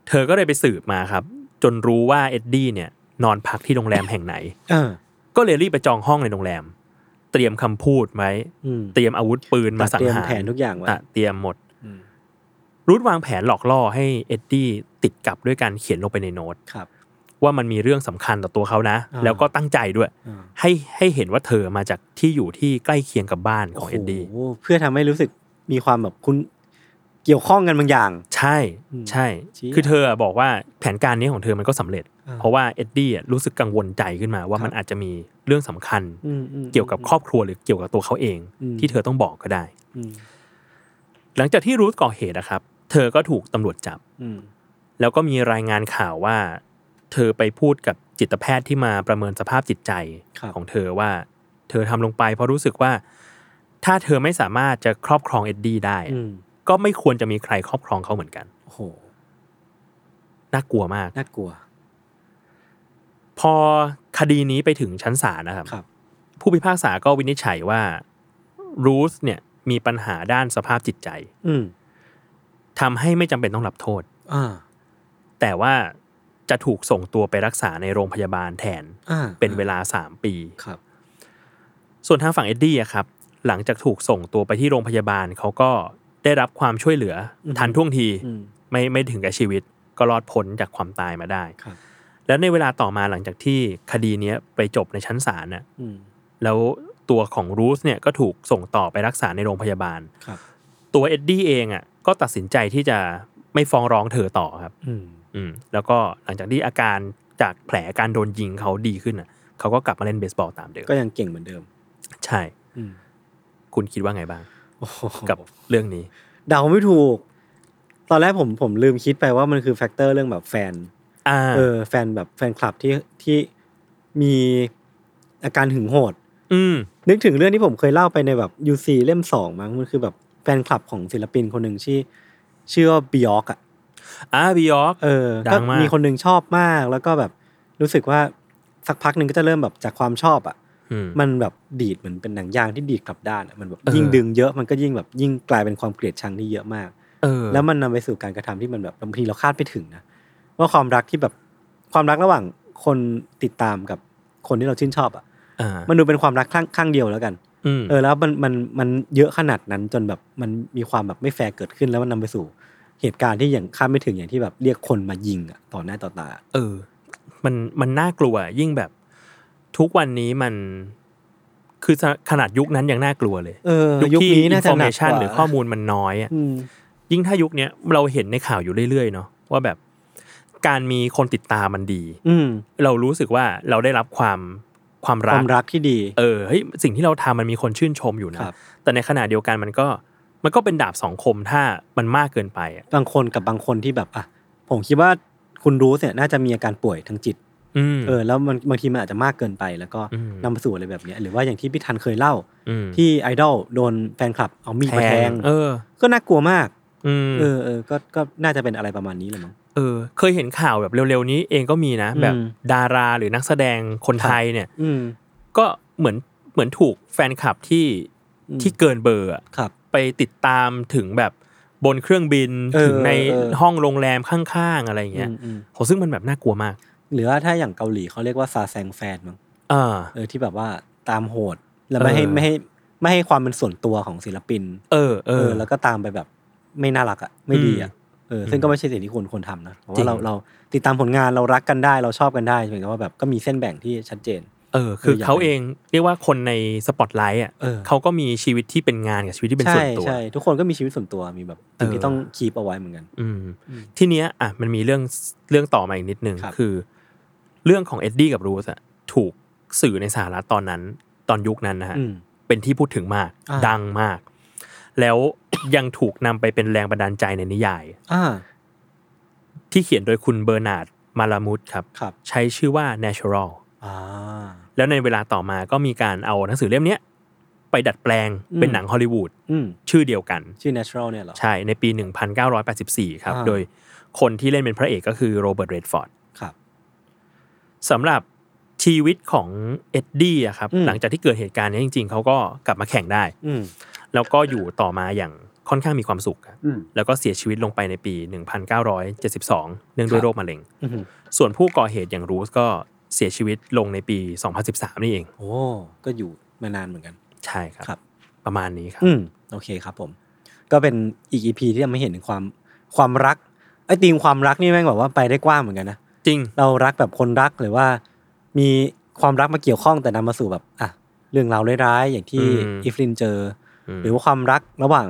Speaker 4: เธอก็เลยไปสืบมาครับ จนรู้ว่าเอ็ดดี้เนี่ย นอนพักที่โรงแรมแห่งไหน
Speaker 2: เออ
Speaker 4: ก็เลยรีบไปจองห้องในโรงแรม เตรียมคำพูดไว้
Speaker 2: อืม
Speaker 4: เตรียมอาวุธปืนมาสัง
Speaker 2: เตรียม
Speaker 4: หาร
Speaker 2: แผนทุกอย่างไว้
Speaker 4: อ่ะเตรียมหมด
Speaker 2: อืม
Speaker 4: รูทวางแผนหลอกล่อให้เอ็ดดี้ติดกับด้วยการเขียนลงไปในโน้ต
Speaker 2: ครับ
Speaker 4: ว่ามันมีเรื่องสำคัญต่อตัวเขานะ
Speaker 2: อ่า
Speaker 4: แล้วก็ตั้งใจด้วย
Speaker 2: อ่า
Speaker 4: ให้ให้เห็นว่าเธอมาจากที่อยู่ที่ใกล้เคียงกับบ้านของเอ็ดดี้
Speaker 2: โโหเพื่อทำให้รู้สึกมีความแบบคุณเกี่ยวข้องกันบางอย่าง
Speaker 4: ใช่
Speaker 2: อืม
Speaker 4: ใช่
Speaker 2: เชี่ย
Speaker 4: คือเธอบอกว่าแผนการนี้ของเธอมันก็สำเร็จ
Speaker 2: อ่า
Speaker 4: เพราะว่าเอ็ดดี้อะรู้สึกกังวลใจขึ้นมา ว่า
Speaker 2: ครับ
Speaker 4: มันอาจจะมีเรื่องสำคัญ
Speaker 2: อืมอืม
Speaker 4: เกี่ยวกับครอบครัวหรือเกี่ยวกับตัวเขาเอง
Speaker 2: อืม
Speaker 4: ที่เธอต้องบอกก็ได้
Speaker 2: อืม
Speaker 4: หลังจากที่รูทก่อเหตุนะครับ เธอก็ถูกตำรวจจับ
Speaker 2: อืม
Speaker 4: แล้วก็มีรายงานข่าวว่า เธอไปพูดกับจิตแพทย์ที่มาประเมินสภาพจิตใจ
Speaker 2: ครับ
Speaker 4: ของเธอว่า เธอทำลงไปเพราะรู้สึกว่า ถ้าเธอไม่สามารถจะครอบครองเอ็ดดี้ได้อะ
Speaker 2: อืม
Speaker 4: ก็ไม่ควรจะมีใครครอบครองเขาเหมือนกัน
Speaker 2: โอ้โห
Speaker 4: น่ากลัวมาก
Speaker 2: น่ากลัว
Speaker 4: พอคดีนี้ไปถึงชั้นศาลนะครับ
Speaker 2: ครับ
Speaker 4: ผู้พิพากษาก็วินิจฉัยว่ารูสเนี่ยมีปัญหาด้านสภาพจิตใจ
Speaker 2: อืม
Speaker 4: ทำให้ไม่จำเป็นต้องรับโทษ
Speaker 2: อ่า
Speaker 4: แต่ว่าจะถูกส่งตัวไปรักษาในโรงพยาบาลแทน
Speaker 2: อ่า
Speaker 4: เป็นเวลา 3 ปี
Speaker 2: ครับ
Speaker 4: ส่วนทางฝั่งเอ็ดดี้อะครับ หลังจากถูกส่งตัวไปที่โรงพยาบาลเขาก็ได้รับความช่วยเหลืออทันท่วงที
Speaker 2: อืม
Speaker 4: ไม่ไม่ถึงกับชีวิต ก็รอดพ้นจากความตายมาได้
Speaker 2: ครับ
Speaker 4: แล้วในเวลาต่อมาหลังจากที่คดีเนี้ยไปจบในชั้นศาลน่ะ
Speaker 2: อืม
Speaker 4: แล้วตัวของรูสเนี่ยก็ถูกส่งต่อไปรักษาในโรงพยาบาล
Speaker 2: ครับ
Speaker 4: ตัวเอ็ดดี้เองอ่ะก็ตัดสินใจที่จะไม่ฟ้องร้องเธอต่อครับ
Speaker 2: อืม
Speaker 4: อืมแล้วก็หลังจากที่อาการจากแผลการโดนยิงเขาดีขึ้นอ่ะเขาก็กลับมาเล่นเบสบอลตามเดิม
Speaker 2: ก็ยังเก่งเหมือนเดิม
Speaker 4: ใช่
Speaker 2: อืม
Speaker 4: คุณคิดว่าไงบ้าง
Speaker 2: โอ้โห
Speaker 4: กับเรื่องนี้
Speaker 2: เดาไม่ถูก ตอนแรกผมผมลืมคิดไปว่ามันคือแฟกเตอร์เรื่องแบบแฟน
Speaker 4: อ่า
Speaker 2: เออแฟนแบบแฟนคลับที่ที่มีอาการหึงโหด
Speaker 4: อืม
Speaker 2: นึกถึงเรื่องที่ผมเคยเล่าไปในแบบ UC เล่มสองมั้งมันคือแบบแฟนคลับของศิลปินคนหนึ่งชื่อชื่อว่าบิยอกอ่ะ
Speaker 4: อ่าบิยอก
Speaker 2: เออ
Speaker 4: ดั
Speaker 2: ก็
Speaker 4: งมาก
Speaker 2: มีคนหนึ่งชอบมาก แล้วก็แบบรู้สึกว่าสักพักหนึ่งก็จะเริ่มแบบจากความชอบอ่ะ
Speaker 4: มัน
Speaker 2: มันแบบดีดเหมือนเป็นหนังยางที่ดีดกลับด้านอะมันแบบ
Speaker 4: เออ
Speaker 2: ยิ่งดึงเยอะมันก็ยิ่งแบบยิ่งกลายเป็นความเกลียดชังที่เยอะมาก
Speaker 4: เออ
Speaker 2: แล้วมันนำไปสู่การกระทำที่มันแบบบางทีเราคาดไม่ถึงนะว่าความรักที่แบบความรักระหว่างคนติดตามกับคนที่เราชื่นชอบอ่ะ
Speaker 4: อ่า
Speaker 2: มันดูเป็นความรักข้างข้างเดียวแล้วกัน
Speaker 4: อืม
Speaker 2: เออแล้วมันมันมันเยอะขนาดนั้นจนแบบมันมีความแบบไม่แฟร์เกิดขึ้นแล้วมันนำไปสู่เหตุการณ์ที่อย่างคาดไม่ถึงอย่างที่แบบเรียกคนมายิงอ่ะต่อหน้าต่อตา
Speaker 4: เออ มันมันน่ากลัวยิ่งแบบ ทุกวันนี้มัน คือขนาดยุคนั้นยังน่ากลัวเลย
Speaker 2: เออ
Speaker 4: ยุค
Speaker 2: ยุค
Speaker 4: ที่
Speaker 2: นี้
Speaker 4: อิ
Speaker 2: น่าน จะ
Speaker 4: โฟ
Speaker 2: ห
Speaker 4: เม
Speaker 2: นัก
Speaker 4: ชัน
Speaker 2: กว่า
Speaker 4: หรือข้อมูลมันน้อยอะ
Speaker 2: อืม
Speaker 4: ยิ่งถ้ายุคเนี้ยเราเห็นในข่าวอยู่เรื่อยๆเนาะว่าแบบการมีคนติดตามมันดี
Speaker 2: อืม
Speaker 4: เรารู้สึกว่าเราได้รับความความ
Speaker 2: ค
Speaker 4: รั
Speaker 2: วาก มรักที่ดี
Speaker 4: เออเฮ้ยสิ่งที่เราทำมันมีคนชื่นชมอยู่นะ
Speaker 2: ครับ
Speaker 4: แต่ในขณะเดียวกันมันก็มันก็เป็นดาบสองคมถ้ามันมากเกินไปอะ
Speaker 2: บางคนกับบางคนที่แบบอ่ะผมคิดว่าคุณรู้เนี่ยน่าจะมีอาการป่วยทางจิต
Speaker 4: อืม
Speaker 2: เออแล้วมันบางทีมันอาจจะมากเกินไปแล้วก็
Speaker 4: อืม
Speaker 2: นำไปสู่อะไรแบบเนี้ยหรือว่าอย่างที่พี่ทันเคยเล่า
Speaker 4: ม
Speaker 2: ที่ไอดอลโดนแฟนคลับเอามีดมาแทง
Speaker 4: เออ
Speaker 2: ก็น่ากลัวมาก
Speaker 4: อืม
Speaker 2: เออเออก็ก็น่าจะเป็นอะไรประมาณนี้แหละมั้ง
Speaker 4: เออ เคยเห็นข่าวแบบเร็วๆนี้เองก็มีนะ
Speaker 2: อืม
Speaker 4: แบบดาราหรือนักแสดงคนไทยเนี่ย
Speaker 2: อืม
Speaker 4: ก็เหมือนเหมือนถูกแฟนคลับที่
Speaker 2: อืม
Speaker 4: ที่เกินเบอร์อะ
Speaker 2: ครับ
Speaker 4: ไปติดตามถึงแบบบนเครื่องบิน
Speaker 2: เออ
Speaker 4: ถึงใน
Speaker 2: เออ
Speaker 4: ห้องโรงแรมข้างๆอะไรอย่างเงี้ย
Speaker 2: อืมอืม
Speaker 4: โหซึ่งมันแบบน่ากลัวมาก
Speaker 2: หรือว่าถ้าอย่างเกาหลีเขาเรียกว่าซาแซงแฟนมั้ง
Speaker 4: อ่า
Speaker 2: เออที่แบบว่าตามโหดแล้วไม่ให้
Speaker 4: เออ
Speaker 2: ไม่ให้ไม่ให้ความเป็นส่วนตัวของศิลปิน
Speaker 4: เออเออ
Speaker 2: แล้วก็ตามไปแบบไม่น่ารักอ่ะไม่ดีอ่ะเออซึ่ง
Speaker 4: อืม
Speaker 2: ก็ไม่ใช่สิ่งที่ควรควรทำนะเพราะ
Speaker 4: จ
Speaker 2: ว่า
Speaker 4: ริ
Speaker 2: ง เราเราติดตามผลงานเรารักกันได้เราชอบกันได้เหมือนกับว่าแบบก็มีเส้นแบ่งที่ชัดเจน
Speaker 4: เออคือ
Speaker 2: เอออยาก
Speaker 4: เขาเองเรียกว่าคนในสปอตไลท์อ่ะ
Speaker 2: เออ
Speaker 4: เขาก็มีชีวิตที่เป็นงานกับชีวิตที่เป็นส่วนตัว
Speaker 2: ใช่ใช่ทุกคนก็มีชีวิตส่วนตัวมีแบบสิ่งที่
Speaker 4: เออ
Speaker 2: ต้องคีปเอาไว้เหมือนกัน
Speaker 4: อืม
Speaker 2: อืม
Speaker 4: ทีเนี้ยอ่ะมันมีเรื่องเรื่องต่อมาอีกนิดนึง
Speaker 2: ครับ
Speaker 4: คือ เรื่องของเอ็ดดี้กับรูสอ่ะถูกสื่อในสหรัฐตอนนั้น ตอนยุคนั้นนะฮะ
Speaker 2: อืม
Speaker 4: เป็นที่พูดถึงมาก
Speaker 2: อ่า
Speaker 4: ดังมาก แล้ว ยังถูกนำไปเป็นแรงบันดาลใจในนิยาย
Speaker 2: อ่า
Speaker 4: ที่เขียนโดยคุณเบอร์นาร์ดมาลามุดครับ
Speaker 2: ครับ
Speaker 4: ใช้ชื่อว่า natural
Speaker 2: อ่า
Speaker 4: แล้วในเวลาต่อมาก็มีการเอาหนังสือเล่มเนี้ยไปดัดแปลงเป็น
Speaker 2: อืม
Speaker 4: หนังฮอลลีวูด
Speaker 2: อืม
Speaker 4: ชื่อเดียวกัน
Speaker 2: ชื่อ natural เนี่ยเหรอ
Speaker 4: ใช่ ในปี 1984 ครับ
Speaker 2: อ่า
Speaker 4: โดยคนที่เล่นเป็นพระเอกก็คือโรเบิร์ตเรดฟอร์ด
Speaker 2: ครับ
Speaker 4: สำหรับชีวิตของเอ็ดดี้อะครับ
Speaker 2: อืม
Speaker 4: หลังจากที่เกิดเหตุการณ์เนี้ยจริงๆ เขาก็กลับมาแข่งได้
Speaker 2: อืม
Speaker 4: แล้วก็อยู่ต่อมาอย่างค่อนข้างมีความสุขครับ
Speaker 2: อืม
Speaker 4: แล้วก็เสียชีวิตลงไปในปี 1972 เนื่องด้วย
Speaker 2: ครับ
Speaker 4: โรคมะเร็ง
Speaker 2: อืม
Speaker 4: ส่วนผู้ก่อเหตุอย่างรูสก็เสียชีวิตลงในปี 2013 นี่เอง
Speaker 2: โอ้ก็อยู่มานานเหมือนกัน
Speaker 4: ใช่ครับ
Speaker 2: ครับ
Speaker 4: ประมาณนี้ครับ
Speaker 2: อืมโอเคครับผม ก็เป็นอีกอีพีที่ทำให้เห็นถึงความความรักไอ้ธีมความรักนี่แม่งแบบว่าไปได้กว้างเหมือนกันนะ
Speaker 4: จริง
Speaker 2: เรารักแบบคนรักหรือว่า มีความรักมาเกี่ยวข้องแต่นำมาสู่แบบอ่ะเรื่องราวร้ายๆอย่างที่
Speaker 4: อืม
Speaker 2: อิฟลินเจอ
Speaker 4: ม
Speaker 2: หรือว่าความรักระหว่าง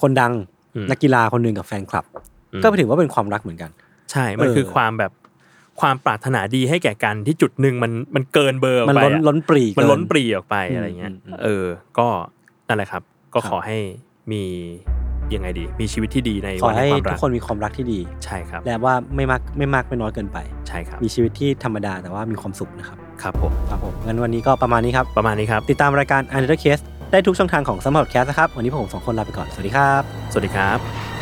Speaker 2: คนดัง
Speaker 4: อืม
Speaker 2: นักกีฬาคนหนึ่งกับแฟนคลับ
Speaker 4: อืม
Speaker 2: ก็ถือว่าเป็นความรักเหมือนกัน
Speaker 4: ใช่ มัน
Speaker 2: เออ
Speaker 4: คือความแบบความปรารถนาดีให้แก่กันที่จุดหนึ่งมันมันเกินเบอร์ออก
Speaker 2: มัน
Speaker 4: ไป
Speaker 2: ล้น
Speaker 4: อะ
Speaker 2: ล้นปรี
Speaker 4: มันล้น
Speaker 2: เกิ
Speaker 4: ปรีออกไปอะไรเงี้ย
Speaker 2: อืมอืม
Speaker 4: เออ ก็นั่นแหละครับ ก็
Speaker 2: ครับ
Speaker 4: ขอให้มียังไงดี มีชีวิตที่ดีใน
Speaker 2: ขอ
Speaker 4: วันแห่
Speaker 2: ให้
Speaker 4: งควา
Speaker 2: ทุก
Speaker 4: มรัก
Speaker 2: คนมีความรักที่ดี
Speaker 4: ใช่ครับ
Speaker 2: และว่าไม่มากไม่มากไม่น้อยเกินไป
Speaker 4: ใช่ครับ
Speaker 2: มีชีวิตที่ธรรมดาแต่ว่ามีความสุขนะครับ
Speaker 4: ครับผม
Speaker 2: ครับผมงั้นวันนี้ก็ประมาณนี้ครับ
Speaker 4: ประมาณนี้ครับ
Speaker 2: ติดตามรายการ u n d e r Case ได้ทุกช่องทางของสม o ร์ Cast นะครับ วันนี้ผมสองคนลาไปก่อน สวัสดีครับ
Speaker 4: สวัสดีครับ